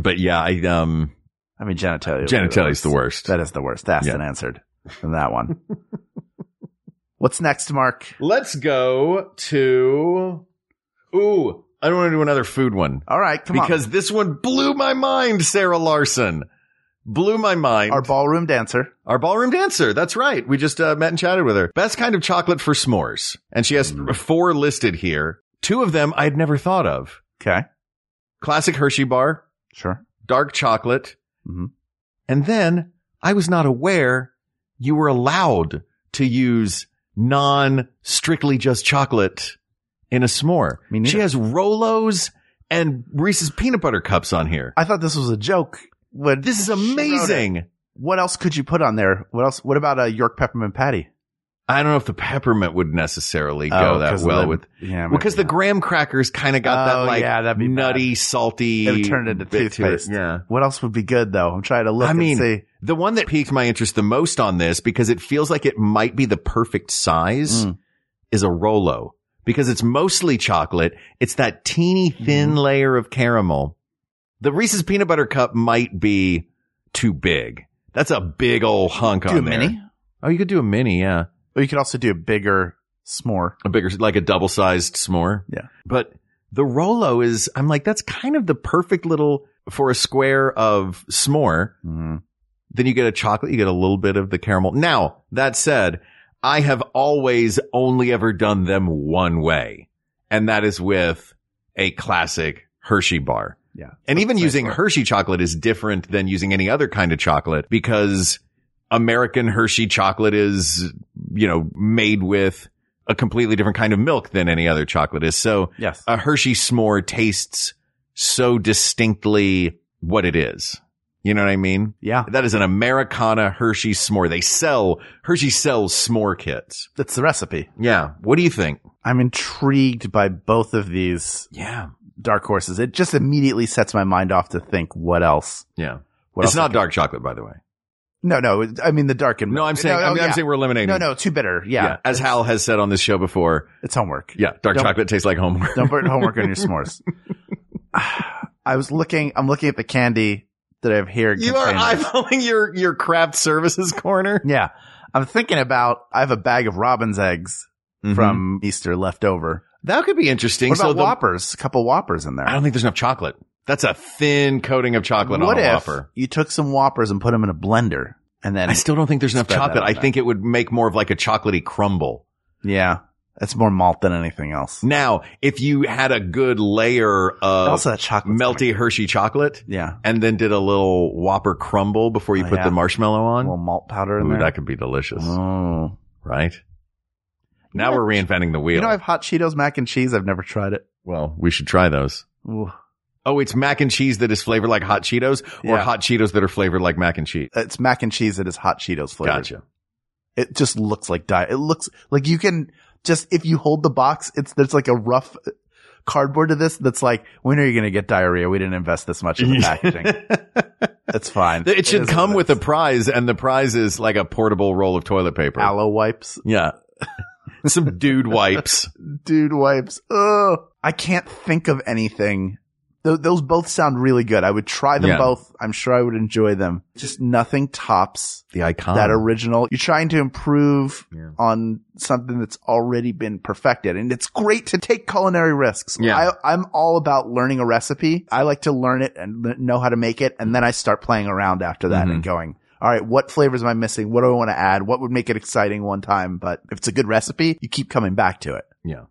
Speaker 4: but yeah, I um
Speaker 1: I mean, genitalia.
Speaker 4: Genitalia's the worst.
Speaker 1: That is the worst. That's
Speaker 4: Yeah.
Speaker 1: an answered than that one. What's next, Mark?
Speaker 4: Let's go to Ooh, I don't want to do another food one.
Speaker 1: All right, come on.
Speaker 4: because this one blew my mind, Sarah Larson. Blew my mind.
Speaker 1: Our ballroom dancer.
Speaker 4: Our ballroom dancer. That's right. We just uh, met and chatted with her. Best kind of chocolate for s'mores. And she has
Speaker 1: Mm.
Speaker 4: four listed here. Two of them I had never thought of.
Speaker 1: Okay.
Speaker 4: Classic Hershey bar,
Speaker 1: Sure.
Speaker 4: dark chocolate.
Speaker 1: Mhm.
Speaker 4: And then I was not aware you were allowed to use non strictly just chocolate in a s'more.
Speaker 1: Me neither.
Speaker 4: She has Rolos and Reese's peanut butter cups on here.
Speaker 1: I thought this was a joke. When
Speaker 4: This is
Speaker 1: she wrote it.
Speaker 4: amazing.
Speaker 1: What else could you put on there? What else? What about a York peppermint patty?
Speaker 4: I don't know if the peppermint would necessarily
Speaker 1: Oh,
Speaker 4: go that
Speaker 1: 'cause of
Speaker 4: well
Speaker 1: the-
Speaker 4: with
Speaker 1: yeah, maybe
Speaker 4: because the graham crackers kind of got
Speaker 1: Oh,
Speaker 4: that like
Speaker 1: yeah, that'd be
Speaker 4: nutty, salty.
Speaker 1: It would turn into
Speaker 4: bit to it.
Speaker 1: toothpaste.
Speaker 4: Yeah.
Speaker 1: What else would be good though? I'm trying to look
Speaker 4: I
Speaker 1: and
Speaker 4: mean,
Speaker 1: see.
Speaker 4: the one that piqued my interest the most on this because it feels like it might be the perfect size is a Rolo because it's mostly chocolate. It's that teeny thin layer of caramel. The Reese's peanut butter cup might be too big. That's a big old hunk
Speaker 1: Do
Speaker 4: on
Speaker 1: a
Speaker 4: there.
Speaker 1: mini?
Speaker 4: Oh, you could do a mini, yeah.
Speaker 1: Or you could also do a bigger s'more.
Speaker 4: A bigger, like a double sized s'more.
Speaker 1: Yeah.
Speaker 4: But the Rolo is, I'm like, that's kind of the perfect little for a square of s'more.
Speaker 1: Mm.
Speaker 4: Then you get a chocolate, you get a little bit of the caramel. Now, that said, I have always only ever done them one way, and that is with a classic Hershey bar.
Speaker 1: Yeah.
Speaker 4: And even using Hershey chocolate is different than using any other kind of chocolate because American Hershey chocolate is, you know, made with a completely different kind of milk than any other chocolate is. So
Speaker 1: Yes.
Speaker 4: a Hershey s'more tastes so distinctly what it is. You know what I mean?
Speaker 1: Yeah.
Speaker 4: That is an Americana Hershey s'more. They sell, Hershey sells s'more kits.
Speaker 1: That's the recipe.
Speaker 4: Yeah. What do you think?
Speaker 1: I'm intrigued by both of these
Speaker 4: Yeah.
Speaker 1: dark horses. It just immediately sets my mind off to think what else.
Speaker 4: Yeah.
Speaker 1: What
Speaker 4: it's
Speaker 1: else I
Speaker 4: not dark chocolate, by the way.
Speaker 1: No, no. I mean the dark and
Speaker 4: No, oh, I'm saying,
Speaker 1: no, oh,
Speaker 4: I mean,
Speaker 1: yeah.
Speaker 4: I'm saying we're eliminating.
Speaker 1: no, no, too bitter. Yeah,
Speaker 4: yeah. As Hal has said on this show before,
Speaker 1: it's homework.
Speaker 4: yeah, dark
Speaker 1: Don't-
Speaker 4: chocolate tastes like homework.
Speaker 1: Don't burn homework on your s'mores. I was looking. I'm looking at the candy that I have here.
Speaker 4: You are
Speaker 1: contained-
Speaker 4: eyeballing your, your craft services corner.
Speaker 1: Yeah. I'm thinking about, I have a bag of robin's eggs
Speaker 4: Mm-hmm.
Speaker 1: from Easter left over.
Speaker 4: That could be interesting.
Speaker 1: What about
Speaker 4: so the-
Speaker 1: whoppers? A couple whoppers in there.
Speaker 4: I don't think there's enough chocolate. That's a thin coating of chocolate
Speaker 1: what
Speaker 4: on a
Speaker 1: if
Speaker 4: whopper.
Speaker 1: you took some whoppers and put them in a blender and then,
Speaker 4: I still don't think there's enough
Speaker 1: Spread that
Speaker 4: chocolate.
Speaker 1: on
Speaker 4: I
Speaker 1: there.
Speaker 4: think it would make more of like a chocolatey crumble.
Speaker 1: yeah, that's more malt than anything else.
Speaker 4: Now, if you had a good layer of
Speaker 1: also that chocolate.
Speaker 4: melty Hershey chocolate
Speaker 1: Yeah.
Speaker 4: and then did a little Whopper crumble before you
Speaker 1: Oh,
Speaker 4: put
Speaker 1: yeah.
Speaker 4: the marshmallow
Speaker 1: A
Speaker 4: on,
Speaker 1: little malt powder in
Speaker 4: ooh,
Speaker 1: there.
Speaker 4: that could be delicious,
Speaker 1: oh.
Speaker 4: right? Now
Speaker 1: know,
Speaker 4: we're reinventing the wheel.
Speaker 1: You know, I have hot Cheetos mac and cheese. I've never tried it.
Speaker 4: well, we should try those.
Speaker 1: Ooh.
Speaker 4: Oh, it's mac and cheese that is flavored like hot Cheetos or
Speaker 1: Yeah.
Speaker 4: hot Cheetos that are flavored like mac and cheese.
Speaker 1: It's mac and cheese that is hot Cheetos flavored.
Speaker 4: Gotcha.
Speaker 1: it just looks like diet. It looks like you can just if you hold the box, it's there's like a rough cardboard to this that's like, when are you going to get diarrhea? We didn't invest this much in the packaging. It's fine.
Speaker 4: It should
Speaker 1: is
Speaker 4: come
Speaker 1: what
Speaker 4: with
Speaker 1: it
Speaker 4: a prize, and the prize is like a portable roll of toilet paper.
Speaker 1: is. aloe wipes,
Speaker 4: Yeah. Some dude wipes.
Speaker 1: dude wipes. Ugh. I can't think of anything Th- those both sound really good. I would try them
Speaker 4: Yeah.
Speaker 1: both. I'm sure I would enjoy them. Just nothing tops
Speaker 4: The icon.
Speaker 1: that original. You're trying to improve on something that's already been perfected. And it's great to take culinary risks.
Speaker 4: Yeah.
Speaker 1: I, I'm all about learning a recipe. I like to learn it and l- know how to make it. And then I start playing around after that
Speaker 4: Mm-hmm.
Speaker 1: and going, all right, what flavors am I missing? What do I want to add? What would make it exciting one time? But if it's a good recipe, you keep coming back to it.
Speaker 4: Yeah.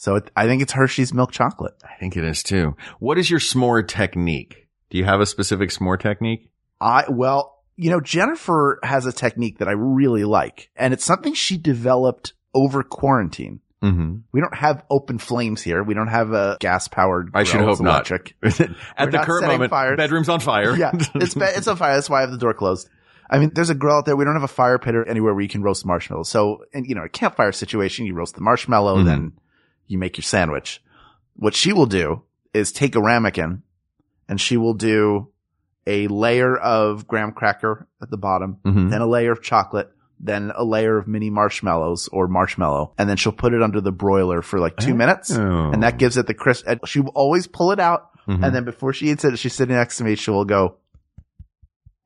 Speaker 1: So it, I think it's Hershey's milk chocolate.
Speaker 4: I think it is too. What is your s'more technique? Do you have a specific s'more technique?
Speaker 1: I, well, you know, Jennifer has a technique that I really like and it's something she developed over quarantine.
Speaker 4: Mm-hmm.
Speaker 1: We don't have open flames here. We don't have a gas powered.
Speaker 4: I should hope not.
Speaker 1: electric.
Speaker 4: At
Speaker 1: We're
Speaker 4: the
Speaker 1: not
Speaker 4: current
Speaker 1: setting
Speaker 4: moment,
Speaker 1: fires.
Speaker 4: bedroom's on fire.
Speaker 1: Yeah, it's ba- it's on fire. That's why I have the door closed. I mean, there's a grill out there. We don't have a fire pit or anywhere where you can roast marshmallows. So, and you know, a campfire situation, you roast the marshmallow,
Speaker 4: Mhm.
Speaker 1: then you make your sandwich. What she will do is take a ramekin, and she will do a layer of graham cracker at the bottom,
Speaker 4: Mhm.
Speaker 1: then a layer of chocolate, then a layer of mini marshmallows or marshmallow, and then she'll put it under the broiler for like two minutes,
Speaker 4: Oh.
Speaker 1: and that gives it the crisp. and She will always pull it out,
Speaker 4: Mhm.
Speaker 1: and then before she eats it, she's sitting next to me. She will go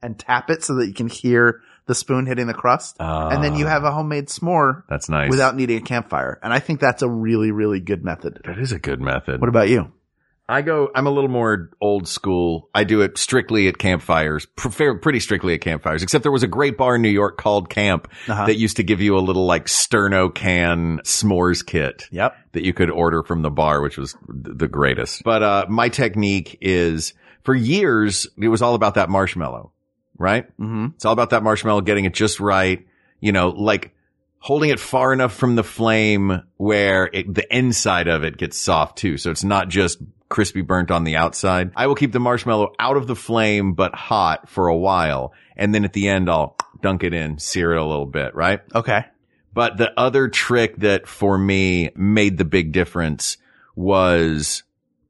Speaker 1: and tap it so that you can hear the spoon hitting the crust, and then you
Speaker 4: Ah.
Speaker 1: have a homemade s'more
Speaker 4: That's nice.
Speaker 1: without needing a campfire. And I think that's a really, really good method.
Speaker 4: that is a good method.
Speaker 1: What about you?
Speaker 4: I go, I'm a little more old school. I do it strictly at campfires, pr- fair- pretty strictly at campfires, except there was a great bar in New York called Camp
Speaker 1: Uh-huh.
Speaker 4: that used to give you a little like Sterno can s'mores kit
Speaker 1: Yep.
Speaker 4: that you could order from the bar, which was th- the greatest. But, uh, my technique is for years, it was all about that marshmallow, right?
Speaker 1: Mm-hmm.
Speaker 4: It's all about that marshmallow getting it just right. You know, like holding it far enough from the flame where it, the inside of it gets soft too. So it's not just crispy burnt on the outside. I will keep the marshmallow out of the flame, but hot for a while. And then at the end, I'll dunk it in, sear it a little bit, right?
Speaker 1: Okay.
Speaker 4: But the other trick that for me made the big difference was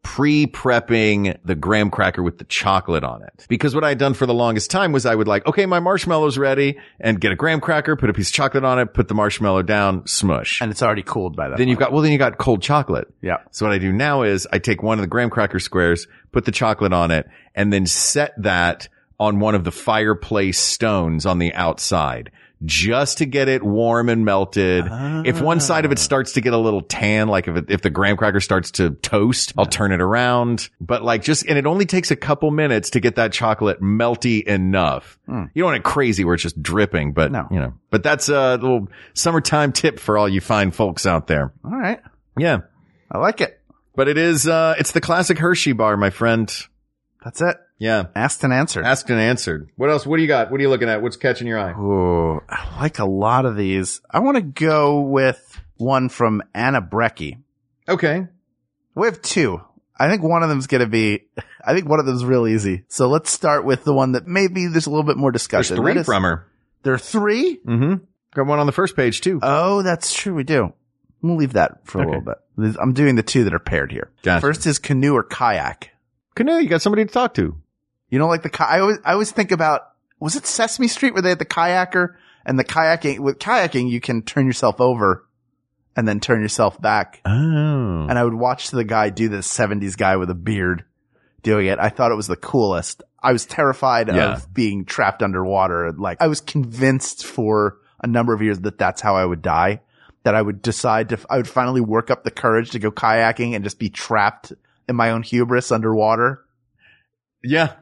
Speaker 4: pre-prepping the graham cracker with the chocolate on it. Because what I had done for the longest time was I would like, okay, my marshmallow's ready and get a graham cracker, put a piece of chocolate on it, put the marshmallow down, smush.
Speaker 1: And it's already cooled by that.
Speaker 4: then you've got, well, then you got cold chocolate.
Speaker 1: yeah.
Speaker 4: So what I do now is I take one of the graham cracker squares, put the chocolate on it, and then set that on one of the fireplace stones on the outside just to get it warm and melted. If one side
Speaker 1: Ah.
Speaker 4: of it starts to get a little tan, like if it, if the graham cracker starts to toast, I'll turn it around. But like just, and it only takes a couple minutes to get that chocolate melty enough. You don't want it crazy where it's just dripping, but
Speaker 1: Hmm. No.
Speaker 4: you know, but that's a little summertime tip for all you fine folks out there.
Speaker 1: All right.
Speaker 4: Yeah.
Speaker 1: I like it.
Speaker 4: But it is, uh, it's the classic Hershey bar, my friend.
Speaker 1: That's it.
Speaker 4: Yeah.
Speaker 1: Asked and answered.
Speaker 4: Asked and answered. What else? What do you got? What are you looking at? What's catching your eye?
Speaker 1: Ooh, I like a lot of these. I want to go with one from Anna Brecky.
Speaker 4: Okay.
Speaker 1: We have two. I think one of them's going to be, I think one of them's real easy. So let's start with the one that maybe there's a little bit more
Speaker 4: There's
Speaker 1: discussion.
Speaker 4: three
Speaker 1: That is-
Speaker 4: from her.
Speaker 1: There are three?
Speaker 4: Mm-hmm. Got one on the first page too. Uh,
Speaker 1: Oh, that's true. We do. We'll leave that for a
Speaker 4: Okay.
Speaker 1: little bit. This- I'm doing the two that are paired here.
Speaker 4: Gotcha.
Speaker 1: First is canoe or kayak.
Speaker 4: Canoe, you got somebody to talk to.
Speaker 1: You know, like the ki- I always I always think about was it Sesame Street where they had the kayaker and the kayaking with kayaking you can turn yourself over and then turn yourself back.
Speaker 4: Oh.
Speaker 1: And I would watch the guy do this '70s guy with a beard doing it. I thought it was the coolest. I was terrified
Speaker 4: Yeah.
Speaker 1: of being trapped underwater. Like I was convinced for a number of years that that's how I would die. That I would decide to, I would finally work up the courage to go kayaking and just be trapped in my own hubris underwater.
Speaker 4: Yeah.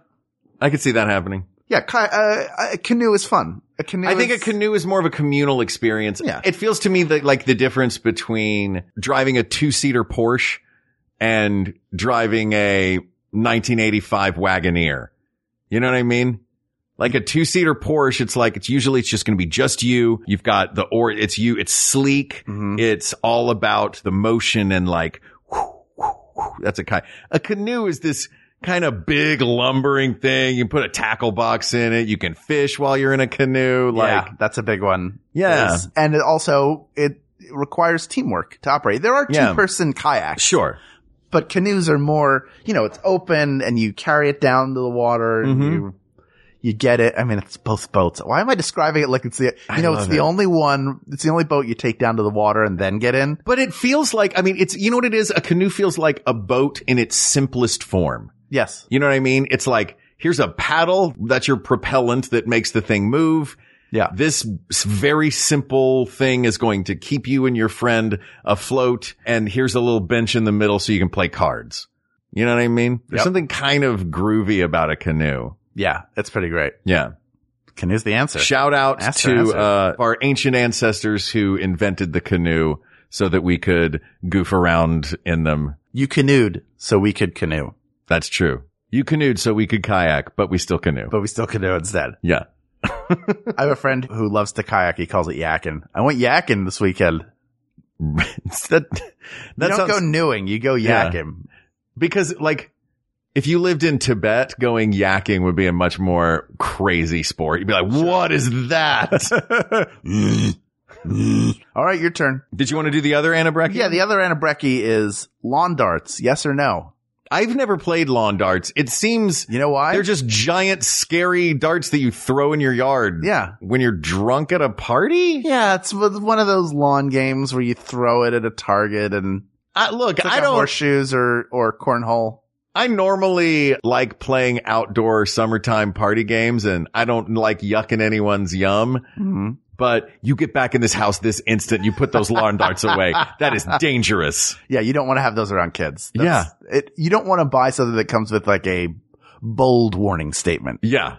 Speaker 4: I could see that happening.
Speaker 1: Yeah, ki- uh, a canoe is fun. A canoe.
Speaker 4: I think a
Speaker 1: is-
Speaker 4: canoe is more of a communal experience.
Speaker 1: Yeah.
Speaker 4: It feels to me that like the difference between driving a two seater Porsche and driving a 1985 Wagoneer. You know what I mean? Like a two seater Porsche, it's like, it's usually, it's just going to be just you. You've got the, or it's you, it's sleek. It's all about the motion and like, whoo, whoo, whoo. that's a kind, a canoe is this kind of big lumbering thing. You put a tackle box in it. You can fish while you're in a canoe. Like,
Speaker 1: Yeah, that's a big one.
Speaker 4: Yeah.
Speaker 1: There's- and it also it requires teamwork to operate. There are two
Speaker 4: Yeah.
Speaker 1: person kayaks,
Speaker 4: Sure.
Speaker 1: but canoes are more. You know, it's open and you carry it down to the water. And
Speaker 4: Mhm.
Speaker 1: you You get it. I mean, it's both boats. Why am I describing it like it's the, you
Speaker 4: I
Speaker 1: know, it's
Speaker 4: love
Speaker 1: the
Speaker 4: it.
Speaker 1: only one, it's the only boat you take down to the water and then get in.
Speaker 4: But it feels like, I mean, it's, you know what it is? A canoe feels like a boat in its simplest form.
Speaker 1: Yes.
Speaker 4: You know what I mean? It's like, here's a paddle. That's your propellant that makes the thing move.
Speaker 1: Yeah.
Speaker 4: This s- very simple thing is going to keep you and your friend afloat. And here's a little bench in the middle so you can play cards. You know what I mean? There's
Speaker 1: Yep.
Speaker 4: something kind of groovy about a canoe.
Speaker 1: Yeah. It's pretty great.
Speaker 4: Yeah.
Speaker 1: Canoe's the answer.
Speaker 4: Shout out
Speaker 1: Ask for
Speaker 4: to
Speaker 1: answers.
Speaker 4: uh, our ancient ancestors who invented the canoe so that we could goof around in them.
Speaker 1: You canoed so we could canoe,
Speaker 4: That's true. You canoed so we could kayak, but we still canoe.
Speaker 1: but we still canoe instead.
Speaker 4: yeah.
Speaker 1: I have a friend who loves to kayak. He calls it yakking. I went yakking this weekend.
Speaker 4: It's that
Speaker 1: You
Speaker 4: that
Speaker 1: don't go
Speaker 4: sounds,
Speaker 1: newing. You go
Speaker 4: Yeah.
Speaker 1: yakking.
Speaker 4: because like if you lived in Tibet, going yakking would be a much more crazy sport. You'd be like, "What is that?"
Speaker 1: All right. Your turn.
Speaker 4: Did you want to do the other Anabrecki?
Speaker 1: Yeah. The other Anabrecki is lawn darts. Yes or no?
Speaker 4: I've never played lawn darts. It seems
Speaker 1: You know why?
Speaker 4: They're just giant, scary darts that you throw in your yard.
Speaker 1: Yeah.
Speaker 4: When you're drunk at a party?
Speaker 1: yeah. It's with- one of those lawn games where you throw it at a target and
Speaker 4: I, look,
Speaker 1: it's like
Speaker 4: I
Speaker 1: a
Speaker 4: don't.
Speaker 1: horseshoes or, or cornhole.
Speaker 4: I normally like playing outdoor summertime party games and I don't like yucking anyone's yum.
Speaker 1: Mm-hmm.
Speaker 4: But you get back in this house this instant. You put those lawn darts away. That is dangerous.
Speaker 1: Yeah, you don't want to have those around kids.
Speaker 4: Yeah.
Speaker 1: It, you don't want to buy something that comes with like a bold warning statement.
Speaker 4: Yeah.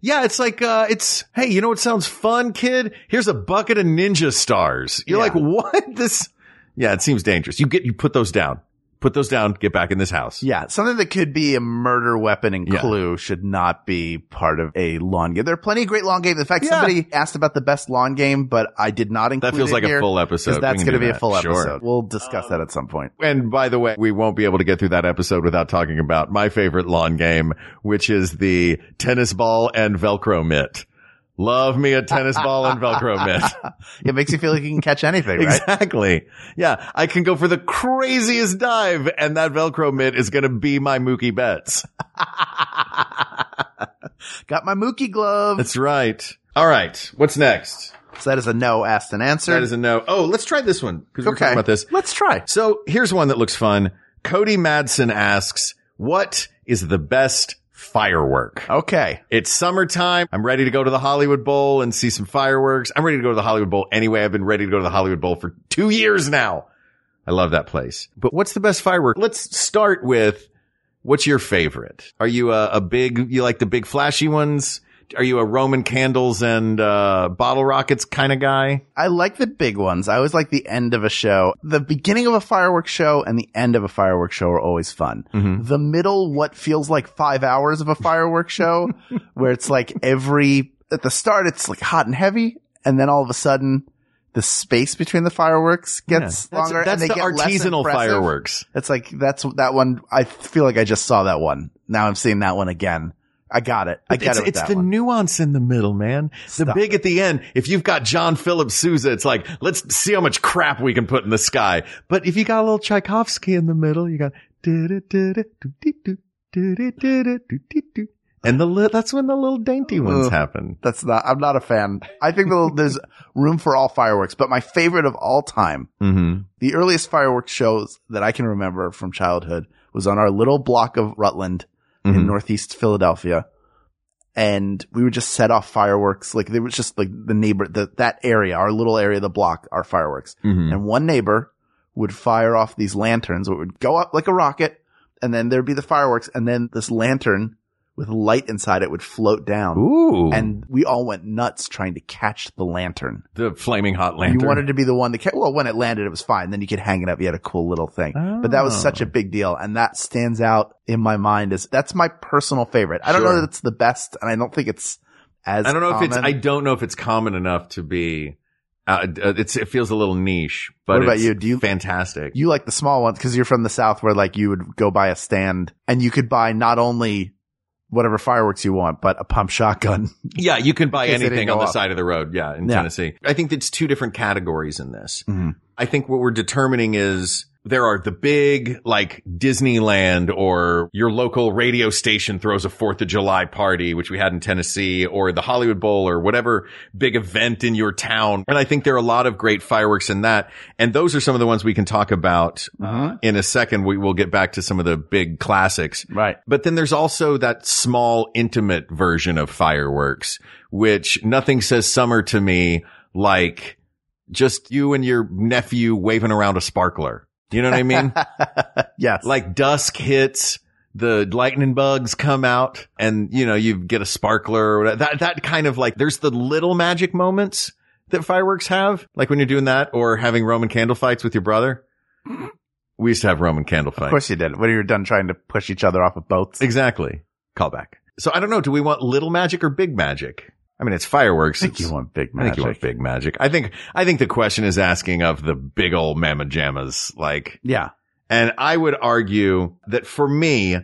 Speaker 4: Yeah, it's like uh it's hey, you know what sounds fun, kid? Here's a bucket of ninja stars. You're
Speaker 1: Yeah.
Speaker 4: like, "What? This Yeah, it seems dangerous. You get you put those down. Put those down, get back in this house.
Speaker 1: Yeah, something that could be a murder weapon and
Speaker 4: Yeah.
Speaker 1: clue should not be part of a lawn game. There are plenty of great lawn games. In fact,
Speaker 4: Yeah.
Speaker 1: somebody asked about the best lawn game, but I did not include
Speaker 4: That feels
Speaker 1: it
Speaker 4: like a
Speaker 1: here,
Speaker 4: full
Speaker 1: 'cause
Speaker 4: episode. We
Speaker 1: That's
Speaker 4: can
Speaker 1: going to
Speaker 4: do
Speaker 1: be a
Speaker 4: that.
Speaker 1: full
Speaker 4: Sure.
Speaker 1: episode. We'll discuss that at some point.
Speaker 4: And by the way, we won't be able to get through that episode without talking about my favorite lawn game, which is the tennis ball and Velcro mitt. Love me a tennis ball and Velcro mitt.
Speaker 1: It makes you feel like you can catch anything, right?
Speaker 4: Exactly. Yeah. I can go for the craziest dive and that Velcro mitt is going to be my Mookie Betts.
Speaker 1: Got my Mookie glove.
Speaker 4: That's right. All right. What's next?
Speaker 1: so that is a no asked and answered.
Speaker 4: That is a no. Oh, let's try this one because we're
Speaker 1: Okay.
Speaker 4: talking about this.
Speaker 1: Let's try.
Speaker 4: So here's one that looks fun. Cody Madsen asks, what is the best firework?
Speaker 1: Okay.
Speaker 4: It's summertime. I'm ready to go to the Hollywood Bowl and see some fireworks. I'm ready to go to the Hollywood Bowl anyway. I've been ready to go to the Hollywood Bowl for two years now. I love that place. But what's the best firework? Let's start with what's your favorite? Are you a, a big, you like the big flashy ones? Are you a Roman candles and uh, bottle rockets kind of guy?
Speaker 1: I like the big ones. I always like the end of a show. The beginning of a fireworks show and the end of a fireworks show are always fun.
Speaker 4: Mm-hmm.
Speaker 1: The middle, what feels like five hours of a fireworks show, where it's like every, at the start, it's like hot and heavy. And then all of a sudden, the space between the fireworks gets
Speaker 4: That's,
Speaker 1: longer. and
Speaker 4: that's
Speaker 1: they
Speaker 4: the
Speaker 1: get less
Speaker 4: artisanal
Speaker 1: impressive.
Speaker 4: fireworks.
Speaker 1: It's like, that's that one. I feel like I just saw that one. Now I'm seeing that one again. I got it. I get
Speaker 4: it's
Speaker 1: it. with
Speaker 4: it's
Speaker 1: that
Speaker 4: the
Speaker 1: one.
Speaker 4: nuance in the middle, man. the
Speaker 1: Stop
Speaker 4: big at the end. If you've got John Philip Sousa, it's like let's see how much crap we can put in the sky. But if you got a little Tchaikovsky in the middle, you got and the li- that's when the little dainty ones
Speaker 1: Ugh.
Speaker 4: happen.
Speaker 1: That's not, I'm not a fan. I think there'll- there's room for all fireworks, but my favorite of all time,
Speaker 4: Mm-hmm.
Speaker 1: the earliest fireworks shows that I can remember from childhood was on our little block of Rutland in
Speaker 4: Mhm.
Speaker 1: Northeast Philadelphia. And we would just set off fireworks. Like there was just like the neighbor, the, that area, our little area of the block, our fireworks. And one neighbor would fire off these lanterns. It would go up like a rocket and then there'd be the fireworks. And then this lantern with light inside it would float down
Speaker 4: Ooh, and
Speaker 1: and we all went nuts trying to catch the lantern.
Speaker 4: the flaming hot lantern.
Speaker 1: You wanted to be the one that ca- well, when it landed, it was fine. Then you could hang it up. You had a cool little thing, but
Speaker 4: Oh.
Speaker 1: that was such a big deal, and that stands out in my mind as that's my personal favorite. I don't know
Speaker 4: Sure.
Speaker 1: that it's the best, and I don't think it's as
Speaker 4: I don't know if it's. I
Speaker 1: common.
Speaker 4: don't know if it's common enough to be. Uh, it's. It feels a little niche. But
Speaker 1: What about
Speaker 4: it's
Speaker 1: you? Do you-
Speaker 4: fantastic?
Speaker 1: you like the small ones because you're from the south, where like you would go buy a stand and you could buy not only whatever fireworks you want, but a pump shotgun.
Speaker 4: Yeah, you can buy
Speaker 1: In case they
Speaker 4: anything
Speaker 1: didn't
Speaker 4: on
Speaker 1: go
Speaker 4: the
Speaker 1: up.
Speaker 4: side of the road. Yeah, in
Speaker 1: Yeah.
Speaker 4: Tennessee. I think it's two different categories in this.
Speaker 1: Mhm.
Speaker 4: I think what we're determining is There are the big, like Disneyland or your local radio station throws a Fourth of July party, which we had in Tennessee, or the Hollywood Bowl or whatever big event in your town. And I think there are a lot of great fireworks in that. And those are some of the ones we can talk about uh, in a second. We will get back to some of the big classics.
Speaker 1: Right.
Speaker 4: But then there's also that small, intimate version of fireworks, which nothing says summer to me like just you and your nephew waving around a sparkler. You know what I mean?
Speaker 1: yes.
Speaker 4: Like dusk hits, the lightning bugs come out and you know, you get a sparkler or whatever. that, that kind of like, there's the little magic moments that fireworks have, like when you're doing that or having Roman candle fights with your brother. We used to have Roman candle fights.
Speaker 1: Of course you did. When you were done trying to push each other off of boats.
Speaker 4: Exactly. Callback. So I don't know. Do we want little magic or big magic? I mean, it's fireworks.
Speaker 1: I think you want big
Speaker 4: I think you want
Speaker 1: magic.
Speaker 4: big magic. I think, I think the question is asking of the big old mamma jammas, like,
Speaker 1: Yeah.
Speaker 4: and I would argue that for me,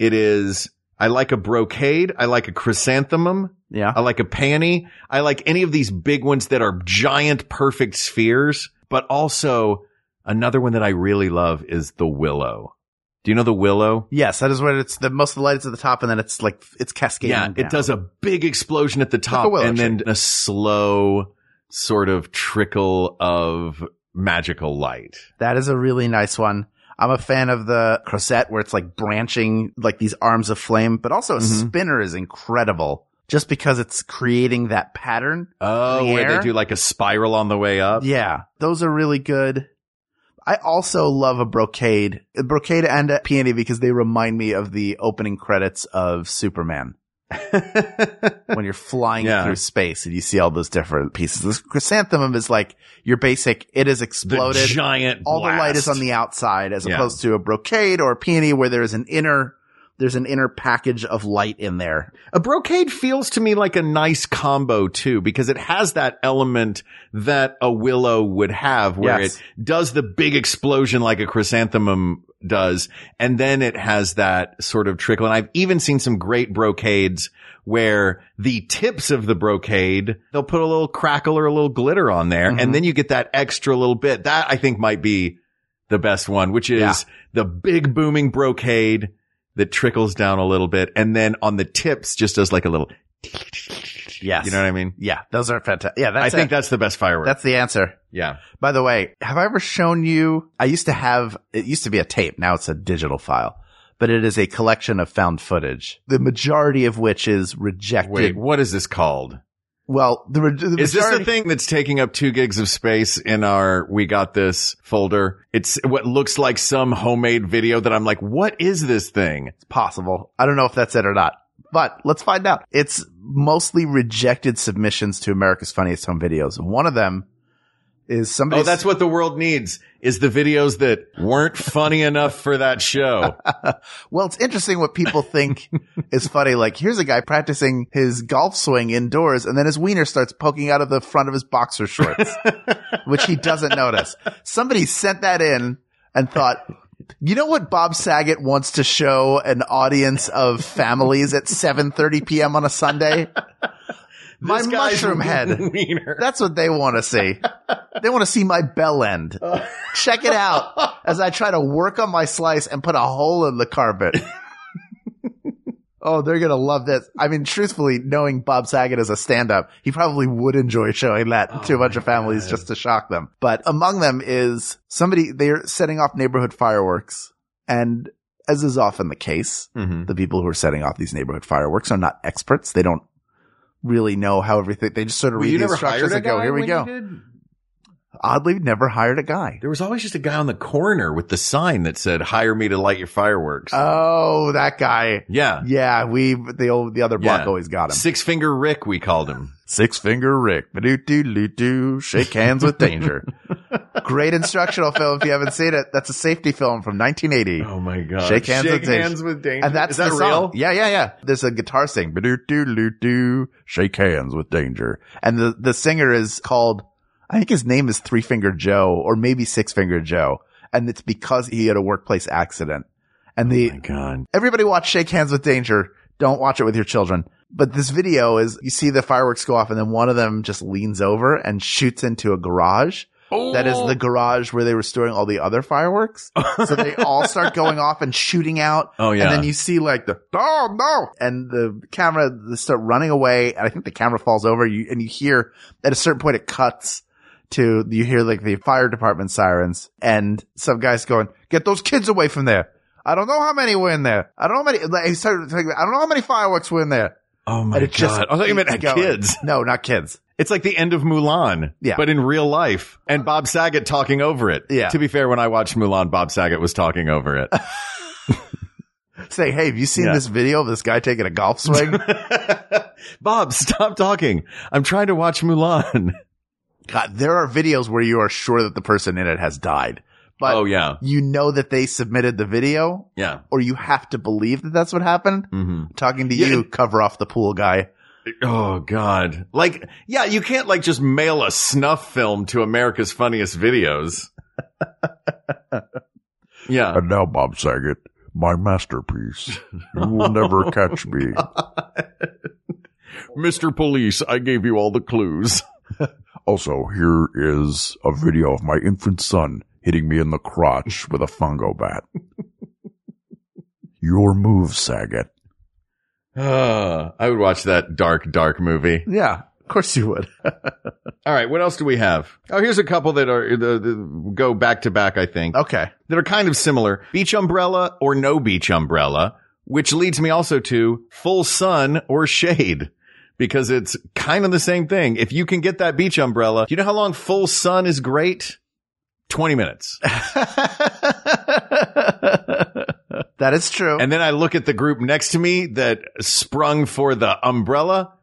Speaker 4: it is, I like a brocade. I like a chrysanthemum.
Speaker 1: Yeah.
Speaker 4: I like a panty. I like any of these big ones that are giant, perfect spheres, but also another one that I really love is the willow. Do you know the willow?
Speaker 1: Yes, that is what it's the most of the light is at the top and then it's like it's cascading.
Speaker 4: Yeah,
Speaker 1: down.
Speaker 4: it does a big explosion at the top
Speaker 1: willow
Speaker 4: and then a slow sort of trickle of magical light.
Speaker 1: That is a really nice one. I'm a fan of the crosette where it's like branching like these arms of flame, but also a
Speaker 4: Mhm.
Speaker 1: spinner is incredible just because it's creating that pattern.
Speaker 4: Oh,
Speaker 1: the
Speaker 4: where
Speaker 1: air?
Speaker 4: they do like a spiral on the way up.
Speaker 1: Yeah, those are really good. I also love a brocade, a brocade and a peony because they remind me of the opening credits of Superman. when you're flying
Speaker 4: Yeah.
Speaker 1: through space and you see all those different pieces. This chrysanthemum is like your basic, it is
Speaker 4: The
Speaker 1: exploded.
Speaker 4: giant
Speaker 1: all the light is
Speaker 4: blast.
Speaker 1: on the outside as
Speaker 4: Yeah.
Speaker 1: opposed to a brocade or a peony where there is an inner, there's an inner package of light in there.
Speaker 4: A brocade feels to me like a nice combo too, because it has that element that a willow would have where
Speaker 1: Yes.
Speaker 4: it does the big explosion like a chrysanthemum does. And then it has that sort of trickle. And I've even seen some great brocades where the tips of the brocade, they'll put a little crackle or a little glitter on there.
Speaker 1: Mm-hmm.
Speaker 4: And then you get that extra little bit that I think might be the best one, which is
Speaker 1: Yeah.
Speaker 4: the big booming brocade that trickles down a little bit. And then on the tips just does like a little,
Speaker 1: Yes.
Speaker 4: you know what I mean?
Speaker 1: Yeah, those are fantastic. Yeah,
Speaker 4: I
Speaker 1: that's
Speaker 4: think
Speaker 1: it.
Speaker 4: that's the best firework.
Speaker 1: that's the answer.
Speaker 4: yeah.
Speaker 1: By the way, have I ever shown you? I used to have, it used to be a tape. Now it's a digital file, but it is a collection of found footage, the majority of which is rejected.
Speaker 4: Wait, what is this called?
Speaker 1: Well, the, re- the
Speaker 4: Is this
Speaker 1: majority-
Speaker 4: the thing that's taking up two gigs of space in our We Got This folder? It's what looks like some homemade video that I'm like, what is this thing?
Speaker 1: It's possible. I don't know if that's it or not, but let's find out. It's mostly rejected submissions to America's Funniest Home Videos. One of them is somebody.
Speaker 4: Oh, that's what the world needs is the videos that weren't funny enough for that show.
Speaker 1: Well, it's interesting what people think is funny. Like, here's a guy practicing his golf swing indoors, and then his wiener starts poking out of the front of his boxer shorts, which he doesn't notice. Somebody sent that in and thought, you know what Bob Saget wants to show an audience of families at 7:30 p.m. on a Sunday? My
Speaker 4: This guy's
Speaker 1: mushroom head.
Speaker 4: wiener.
Speaker 1: That's what they want to see. They want to see my bell end. Check it out as I try to work on my slice and put a hole in the carpet. oh, they're going to love this. I mean, truthfully, knowing Bob Saget as a stand up, he probably would enjoy showing that to a bunch of families just to shock them. But among them is somebody, they're setting off neighborhood fireworks. And as is often the case,
Speaker 4: Mhm.
Speaker 1: the people who are setting off these neighborhood fireworks are not experts. They don't really know how everything. They just sort of
Speaker 4: Well,
Speaker 1: read
Speaker 4: you
Speaker 1: the
Speaker 4: never hired
Speaker 1: instructions
Speaker 4: a
Speaker 1: and go,
Speaker 4: guy
Speaker 1: "Here we
Speaker 4: when you
Speaker 1: go."
Speaker 4: did?
Speaker 1: Oddly, never hired a guy.
Speaker 4: There was always just a guy on the corner with the sign that said, hire me to light your fireworks.
Speaker 1: Oh, that guy.
Speaker 4: yeah.
Speaker 1: Yeah, we the old the other block
Speaker 4: Yeah.
Speaker 1: always got him.
Speaker 4: Six Finger Rick, we called him.
Speaker 1: Six finger Rick. Ba-do-do-do-do. Shake hands with danger. Great instructional film if you haven't seen it. That's a safety film from 1980.
Speaker 4: Oh my God.
Speaker 1: Shake hands with danger.
Speaker 4: with danger.
Speaker 1: And that's
Speaker 4: Is that
Speaker 1: the
Speaker 4: real?
Speaker 1: song. Yeah, yeah, yeah. There's a guitar sing. Ba-do-do-do-do. Shake hands with danger. And the, the singer is called, I think his name is Three Finger Joe or maybe Six Finger Joe. And it's because he had a workplace accident. And the,
Speaker 4: Oh my God.
Speaker 1: everybody watch Shake Hands with Danger. Don't watch it with your children. But this video is you see the fireworks go off and then one of them just leans over and shoots into a garage. That is
Speaker 4: Oh.
Speaker 1: the garage where they were storing all the other fireworks. so they all start going off and shooting out.
Speaker 4: Oh, yeah.
Speaker 1: And then you see like the, oh no. And the camera, they start running away. And I think the camera falls over you and you hear at a certain point it cuts to, you hear like the fire department sirens and some guy's going, get those kids away from there. I don't know how many were in there. I don't know how many, like, he started talking, I don't know how many fireworks were in there.
Speaker 4: Oh my
Speaker 1: And it
Speaker 4: god!
Speaker 1: just
Speaker 4: I thought you meant
Speaker 1: keeps going.
Speaker 4: kids.
Speaker 1: No, not kids.
Speaker 4: It's like the end of Mulan,
Speaker 1: Yeah.
Speaker 4: but in real life, and Bob Saget talking over it.
Speaker 1: Yeah.
Speaker 4: To be fair, when I watched Mulan, Bob Saget was talking over it.
Speaker 1: Say, hey, have you seen
Speaker 4: Yeah.
Speaker 1: this video of this guy taking a golf swing?
Speaker 4: Bob, stop talking. I'm trying to watch Mulan.
Speaker 1: God, there are videos where you are sure that the person in it has died, but
Speaker 4: oh yeah,
Speaker 1: you know that they submitted the video
Speaker 4: yeah.
Speaker 1: or you have to believe that that's what happened.
Speaker 4: Mm-hmm.
Speaker 1: Talking to
Speaker 4: Yeah.
Speaker 1: you, cover off the pool guy.
Speaker 4: Oh god. Like, yeah, you can't like just mail a snuff film to America's Funniest Videos. yeah.
Speaker 3: And now, Bob Saget, my masterpiece. You will
Speaker 4: Oh,
Speaker 3: never catch me.
Speaker 4: Mr. Police, I gave you all the clues.
Speaker 3: Also, here is a video of my infant son hitting me in the crotch with a fungo bat. Your move, Saget.
Speaker 4: Ah, I would watch that dark, dark movie.
Speaker 1: Yeah, of course you would.
Speaker 4: All right, what else do we have? Oh, here's a couple that are the, the, go back to back, I think,
Speaker 1: Okay.
Speaker 4: that are kind of similar. Beach umbrella or no beach umbrella, which leads me also to full sun or shade. Because it's kind of the same thing. If you can get that beach umbrella, do you know how long full sun is great? 20 minutes.
Speaker 1: that is true.
Speaker 4: And then I look at the group next to me that sprung for the umbrella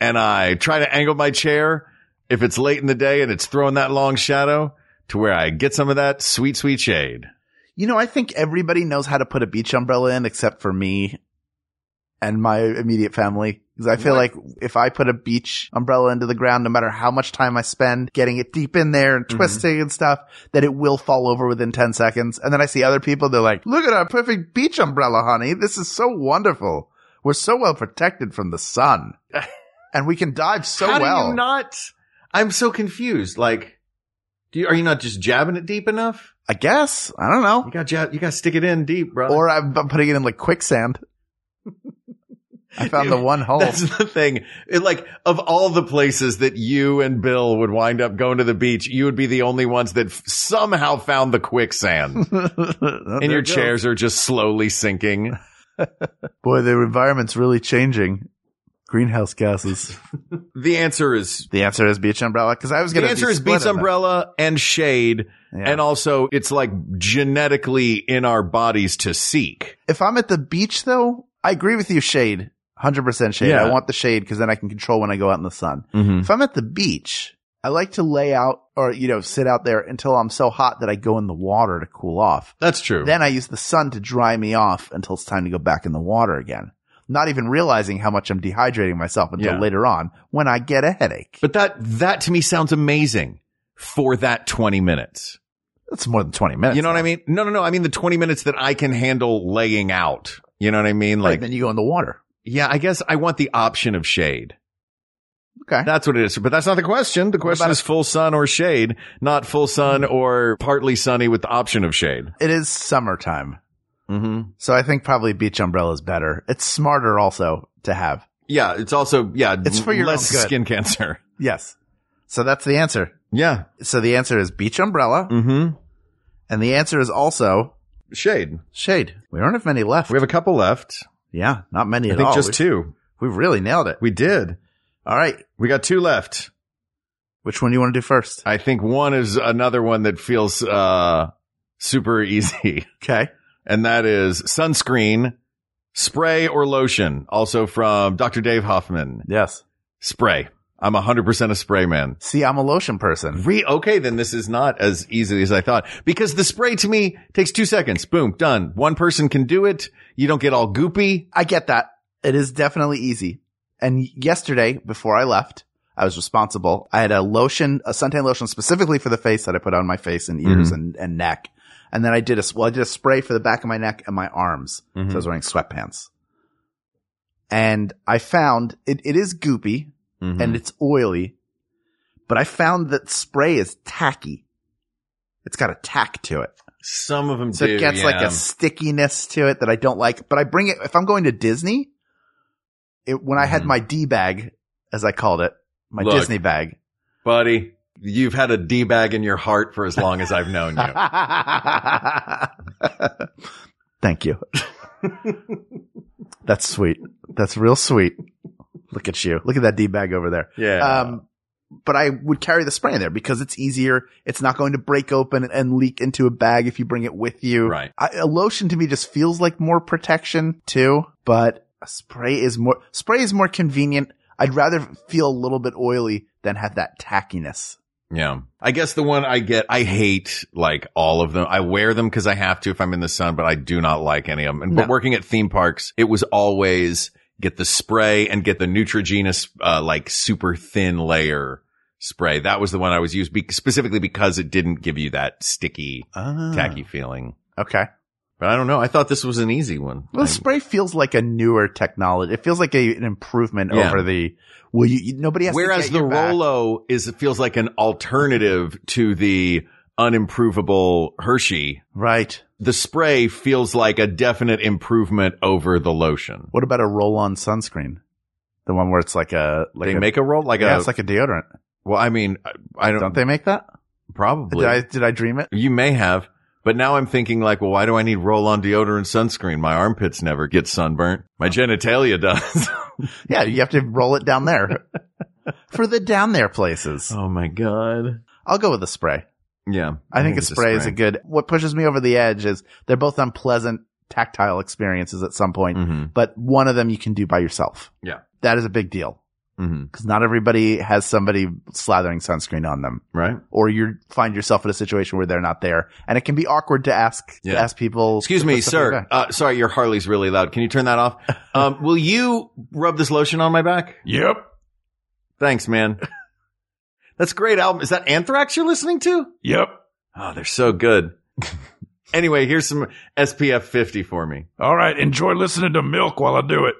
Speaker 4: and I try to angle my chair if it's late in the day and it's throwing that long shadow to where I get some of that sweet, sweet shade.
Speaker 1: you know, I think everybody knows how to put a beach umbrella in except for me and my immediate family. Cause I feel like if I put a beach umbrella into the ground, no matter how much time I spend getting it deep in there
Speaker 4: Mm-hmm.
Speaker 1: and twisting and stuff, that it will fall over within 10 seconds. And then I see other people, they're like, look at our perfect beach umbrella, honey. This is so wonderful. We're so well protected from the sun and we can dive so
Speaker 4: How
Speaker 1: well.
Speaker 4: do you not? I'm so confused. Like, do you, are you not just jabbing it deep enough?
Speaker 1: I guess. I don't know.
Speaker 4: You got jab, you got to stick it in deep, brother.
Speaker 1: Or I'm I'm putting it in like quicksand. I found the one hole.
Speaker 4: That's the thing. It, like, of all the places that you and Bill would wind up going to the beach, you would be the only ones that f- somehow found the quicksand. and your chairs are just slowly sinking.
Speaker 1: Boy, the environment's really changing. Greenhouse gases.
Speaker 4: The answer is
Speaker 1: The answer is beach umbrella. Because I was
Speaker 4: the
Speaker 1: going to.
Speaker 4: answer is beach umbrella and shade, and also it's like genetically in our bodies to seek.
Speaker 1: if I'm at the beach, though, I agree with you. Shade, hundred percent shade.
Speaker 4: Yeah.
Speaker 1: I want the shade because then I can control when I go out in the sun.
Speaker 4: Mm-hmm.
Speaker 1: If I'm at the beach, I like to lay out or you know sit out there until I'm so hot that I go in the water to cool off.
Speaker 4: That's true.
Speaker 1: Then I use the sun to dry me off until it's time to go back in the water again. Not even realizing how much I'm dehydrating myself until
Speaker 4: Yeah.
Speaker 1: later on when I get a headache.
Speaker 4: but that that to me sounds amazing for that twenty minutes.
Speaker 1: That's more than 20 minutes.
Speaker 4: you know what I mean? No, no, no. I mean the twenty minutes that I can handle laying out. You know what I mean?
Speaker 1: Like,
Speaker 4: Like,
Speaker 1: then you go in the water.
Speaker 4: yeah, I guess I want the option of shade.
Speaker 1: Okay.
Speaker 4: That's what it is. But that's not the question. The question
Speaker 1: about Mm-hmm.
Speaker 4: is full sun or shade, not full sun or partly sunny with the option of shade.
Speaker 1: It is summertime.
Speaker 4: Mm-hmm.
Speaker 1: So I think probably beach umbrella is better. It's smarter also to have.
Speaker 4: Yeah, it's also yeah,
Speaker 1: It's for your
Speaker 4: less
Speaker 1: own good.
Speaker 4: skin cancer.
Speaker 1: Yes. So that's the answer.
Speaker 4: Yeah.
Speaker 1: So the answer is beach umbrella.
Speaker 4: Mm-hmm.
Speaker 1: And the answer is also
Speaker 4: Shade.
Speaker 1: shade. We don't have many left.
Speaker 4: We have a couple left.
Speaker 1: yeah, not many
Speaker 4: I
Speaker 1: at
Speaker 4: think
Speaker 1: all.
Speaker 4: just
Speaker 1: We've-
Speaker 4: two.
Speaker 1: We've really nailed it.
Speaker 4: We did.
Speaker 1: all right.
Speaker 4: We got two left.
Speaker 1: Which one do you want to do first?
Speaker 4: I think one is another one that feels uh super easy,
Speaker 1: Okay.
Speaker 4: and that is sunscreen, spray or lotion. Also from Dr. Dave Hoffman.
Speaker 1: Yes.
Speaker 4: Spray. I'm 100% a spray man.
Speaker 1: See, I'm a lotion person.
Speaker 4: Re okay, then this is not as easy as I thought. Because the spray to me takes two seconds. Boom, done. One person can do it. You don't get all goopy.
Speaker 1: I get that. It is definitely easy. And yesterday, before I left, I was responsible. I had a lotion, a suntan lotion specifically for the face that I put on my face and ears and, and neck. And then I did a, s- well, I did a spray for the back of my neck and my arms. So I was wearing sweatpants.
Speaker 4: Mm-hmm.
Speaker 1: And I found it, it is goopy and it's oily, but I found that spray is tacky. It's got a tack to it.
Speaker 4: Some of them
Speaker 1: So
Speaker 4: do,
Speaker 1: it gets like
Speaker 4: yeah.
Speaker 1: a stickiness to it that I don't like, but I bring it, if I'm going to Disney, it, when I had my D bag, as I called it, my
Speaker 4: Mm-hmm. Look.
Speaker 1: Disney bag,
Speaker 4: buddy. You've had a d bag in your heart for as long as I've known you.
Speaker 1: Thank you. That's sweet. That's real sweet. Look at you. Look at that D bag over there.
Speaker 4: Yeah.
Speaker 1: Um, but I would carry the spray in there because it's easier. It's not going to break open and leak into a bag if you bring it with you.
Speaker 4: Right.
Speaker 1: I, a lotion to me just feels like more protection too, but a spray is more, spray is more convenient. I'd rather feel a little bit oily than have that tackiness.
Speaker 4: Yeah. I guess the one I get, I hate like all of them. I wear them because I have to if I'm in the sun, but I do not like any of them. And, But
Speaker 1: No.
Speaker 4: working at theme parks, it was always get the spray and get the Neutrogenous, uh, like super thin layer spray. That was the one I was used be- specifically because it didn't give you that sticky, tacky feeling.
Speaker 1: Ah. Okay.
Speaker 4: But I don't know. I thought this was an easy one.
Speaker 1: Well,
Speaker 4: I-
Speaker 1: spray feels like a newer technology. It feels like a, an improvement
Speaker 4: Yeah.
Speaker 1: over the. Well, you, you nobody has. to
Speaker 4: Whereas
Speaker 1: get
Speaker 4: the
Speaker 1: your back.
Speaker 4: Rolo is it feels like an alternative to the unimprovable Hershey.
Speaker 1: Right.
Speaker 4: The spray feels like a definite improvement over the lotion.
Speaker 1: What about a roll-on sunscreen? The one where it's like a like
Speaker 4: they
Speaker 1: a,
Speaker 4: make a roll like
Speaker 1: yeah,
Speaker 4: a
Speaker 1: it's like a deodorant.
Speaker 4: well, I mean, I, I don't,
Speaker 1: Don't they make that?
Speaker 4: probably.
Speaker 1: Did I did I dream it?
Speaker 4: you may have, but now I'm thinking like, well, why do I need roll-on deodorant sunscreen? My armpits never get sunburnt.
Speaker 1: Oh.
Speaker 4: My genitalia does.
Speaker 1: Yeah, you have to roll it down there for the down there places.
Speaker 4: oh my god.
Speaker 1: I'll go with the spray.
Speaker 4: Yeah,
Speaker 1: I think a
Speaker 4: it's
Speaker 1: spray is a good. What pushes me over the edge is they're both unpleasant tactile experiences at some point,
Speaker 4: Mhm.
Speaker 1: but one of them you can do by yourself.
Speaker 4: Yeah.
Speaker 1: That is a big deal.
Speaker 4: hmm
Speaker 1: because not everybody has somebody slathering sunscreen on them,
Speaker 4: right.
Speaker 1: or you find yourself in a situation where they're not there, and it can be awkward to ask to
Speaker 4: Yeah.
Speaker 1: ask people.
Speaker 4: Excuse
Speaker 1: to
Speaker 4: me,
Speaker 1: put stuff in your
Speaker 4: sir.
Speaker 1: bag.
Speaker 4: Uh, sorry, your Harley's really loud. Can you turn that off? Um, will you rub this lotion on my back?
Speaker 1: Yep.
Speaker 4: Thanks, man. That's a great album. Is that Anthrax you're listening to?
Speaker 1: Yep.
Speaker 4: Oh, they're so good. anyway, here's some SPF 50 for me.
Speaker 3: All right, enjoy listening to milk while I do it.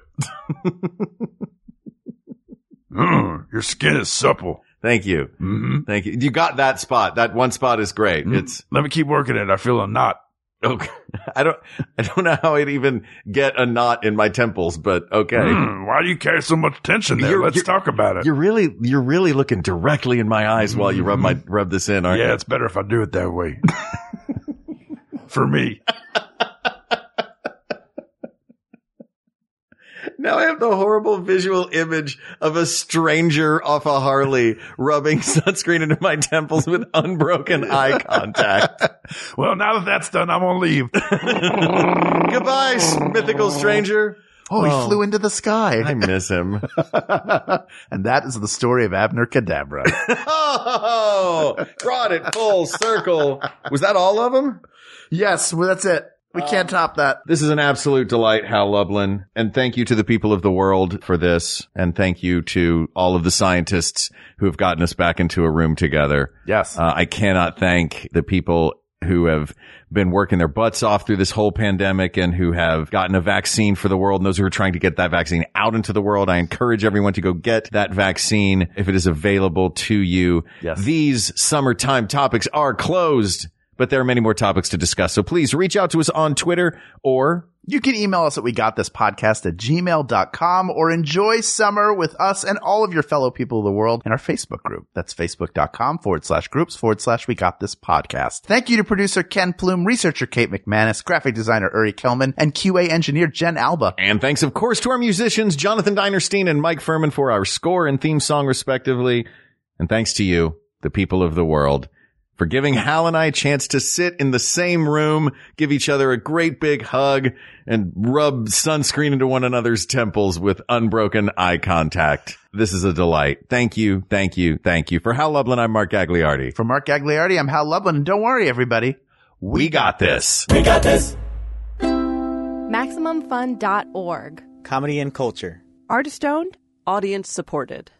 Speaker 3: Mm, your skin is supple.
Speaker 4: Thank you.
Speaker 3: hmm
Speaker 4: Thank you. You got that spot. That one spot is great. It's
Speaker 3: Mm. Let me keep working it. I feel a knot.
Speaker 4: okay. I don't, I don't know how I'd even get a knot in my temples, but okay.
Speaker 3: Mm, why do you carry so much tension there?
Speaker 4: You're-
Speaker 3: Let's
Speaker 4: you're-
Speaker 3: talk about it.
Speaker 4: You're really, you're really looking directly in my eyes while you rub my, rub this in, aren't you?
Speaker 3: Mm-hmm. Yeah, it's better if I do it that way. For me.
Speaker 4: Now I have the horrible visual image of a stranger off a Harley rubbing sunscreen into my temples with unbroken eye contact.
Speaker 3: Well, now that that's done, I'm going to leave.
Speaker 4: Goodbye, s- mythical stranger.
Speaker 1: Oh, he
Speaker 4: Oh.
Speaker 1: flew into the
Speaker 4: I
Speaker 1: sky,
Speaker 4: miss him.
Speaker 1: and that is the story of Abner Cadabra.
Speaker 4: Oh, brought it full circle. Was that all of them?
Speaker 1: yes, well, that's it. We
Speaker 4: Uh,
Speaker 1: can't top that.
Speaker 4: This is an absolute delight, Hal Lublin. And thank you to the people of the world for this. And thank you to all of the scientists who have gotten us back into a room together.
Speaker 1: Yes.
Speaker 4: Uh, I cannot thank the people who have been working their butts off through this whole pandemic and who have gotten a vaccine for the world and those who are trying to get that vaccine out into the world. I encourage everyone to go get that vaccine if it is available to you.
Speaker 1: Yes.
Speaker 4: These summertime topics are closed, but there are many more topics to discuss. So please reach out to us on Twitter or
Speaker 1: You can email us at we got this podcast at gmail.com or enjoy summer with us and all of your fellow people of the world in our Facebook group. That's facebook.com forward slash groups forward slash we got this podcast. Thank you to producer Ken Plume, researcher Kate McManus, graphic designer Uri Kelman, and QA engineer Jen Alba.
Speaker 4: And thanks, of course, to our musicians, Jonathan Dinerstein and Mike Furman for our score and theme song, respectively. And thanks to you, the people of the world, for giving Hal and I a chance to sit in the same room, give each other a great big hug, and rub sunscreen into one another's temples with unbroken eye contact. This is a delight. Thank you, thank you, thank you. For Hal Lublin, I'm Mark Agliardi.
Speaker 1: For Mark Gagliardi, I'm Hal Lublin. And don't worry, everybody.
Speaker 4: We got this.
Speaker 5: We got this.
Speaker 12: MaximumFun.org.
Speaker 13: Comedy and culture.
Speaker 12: Artist owned, audience supported.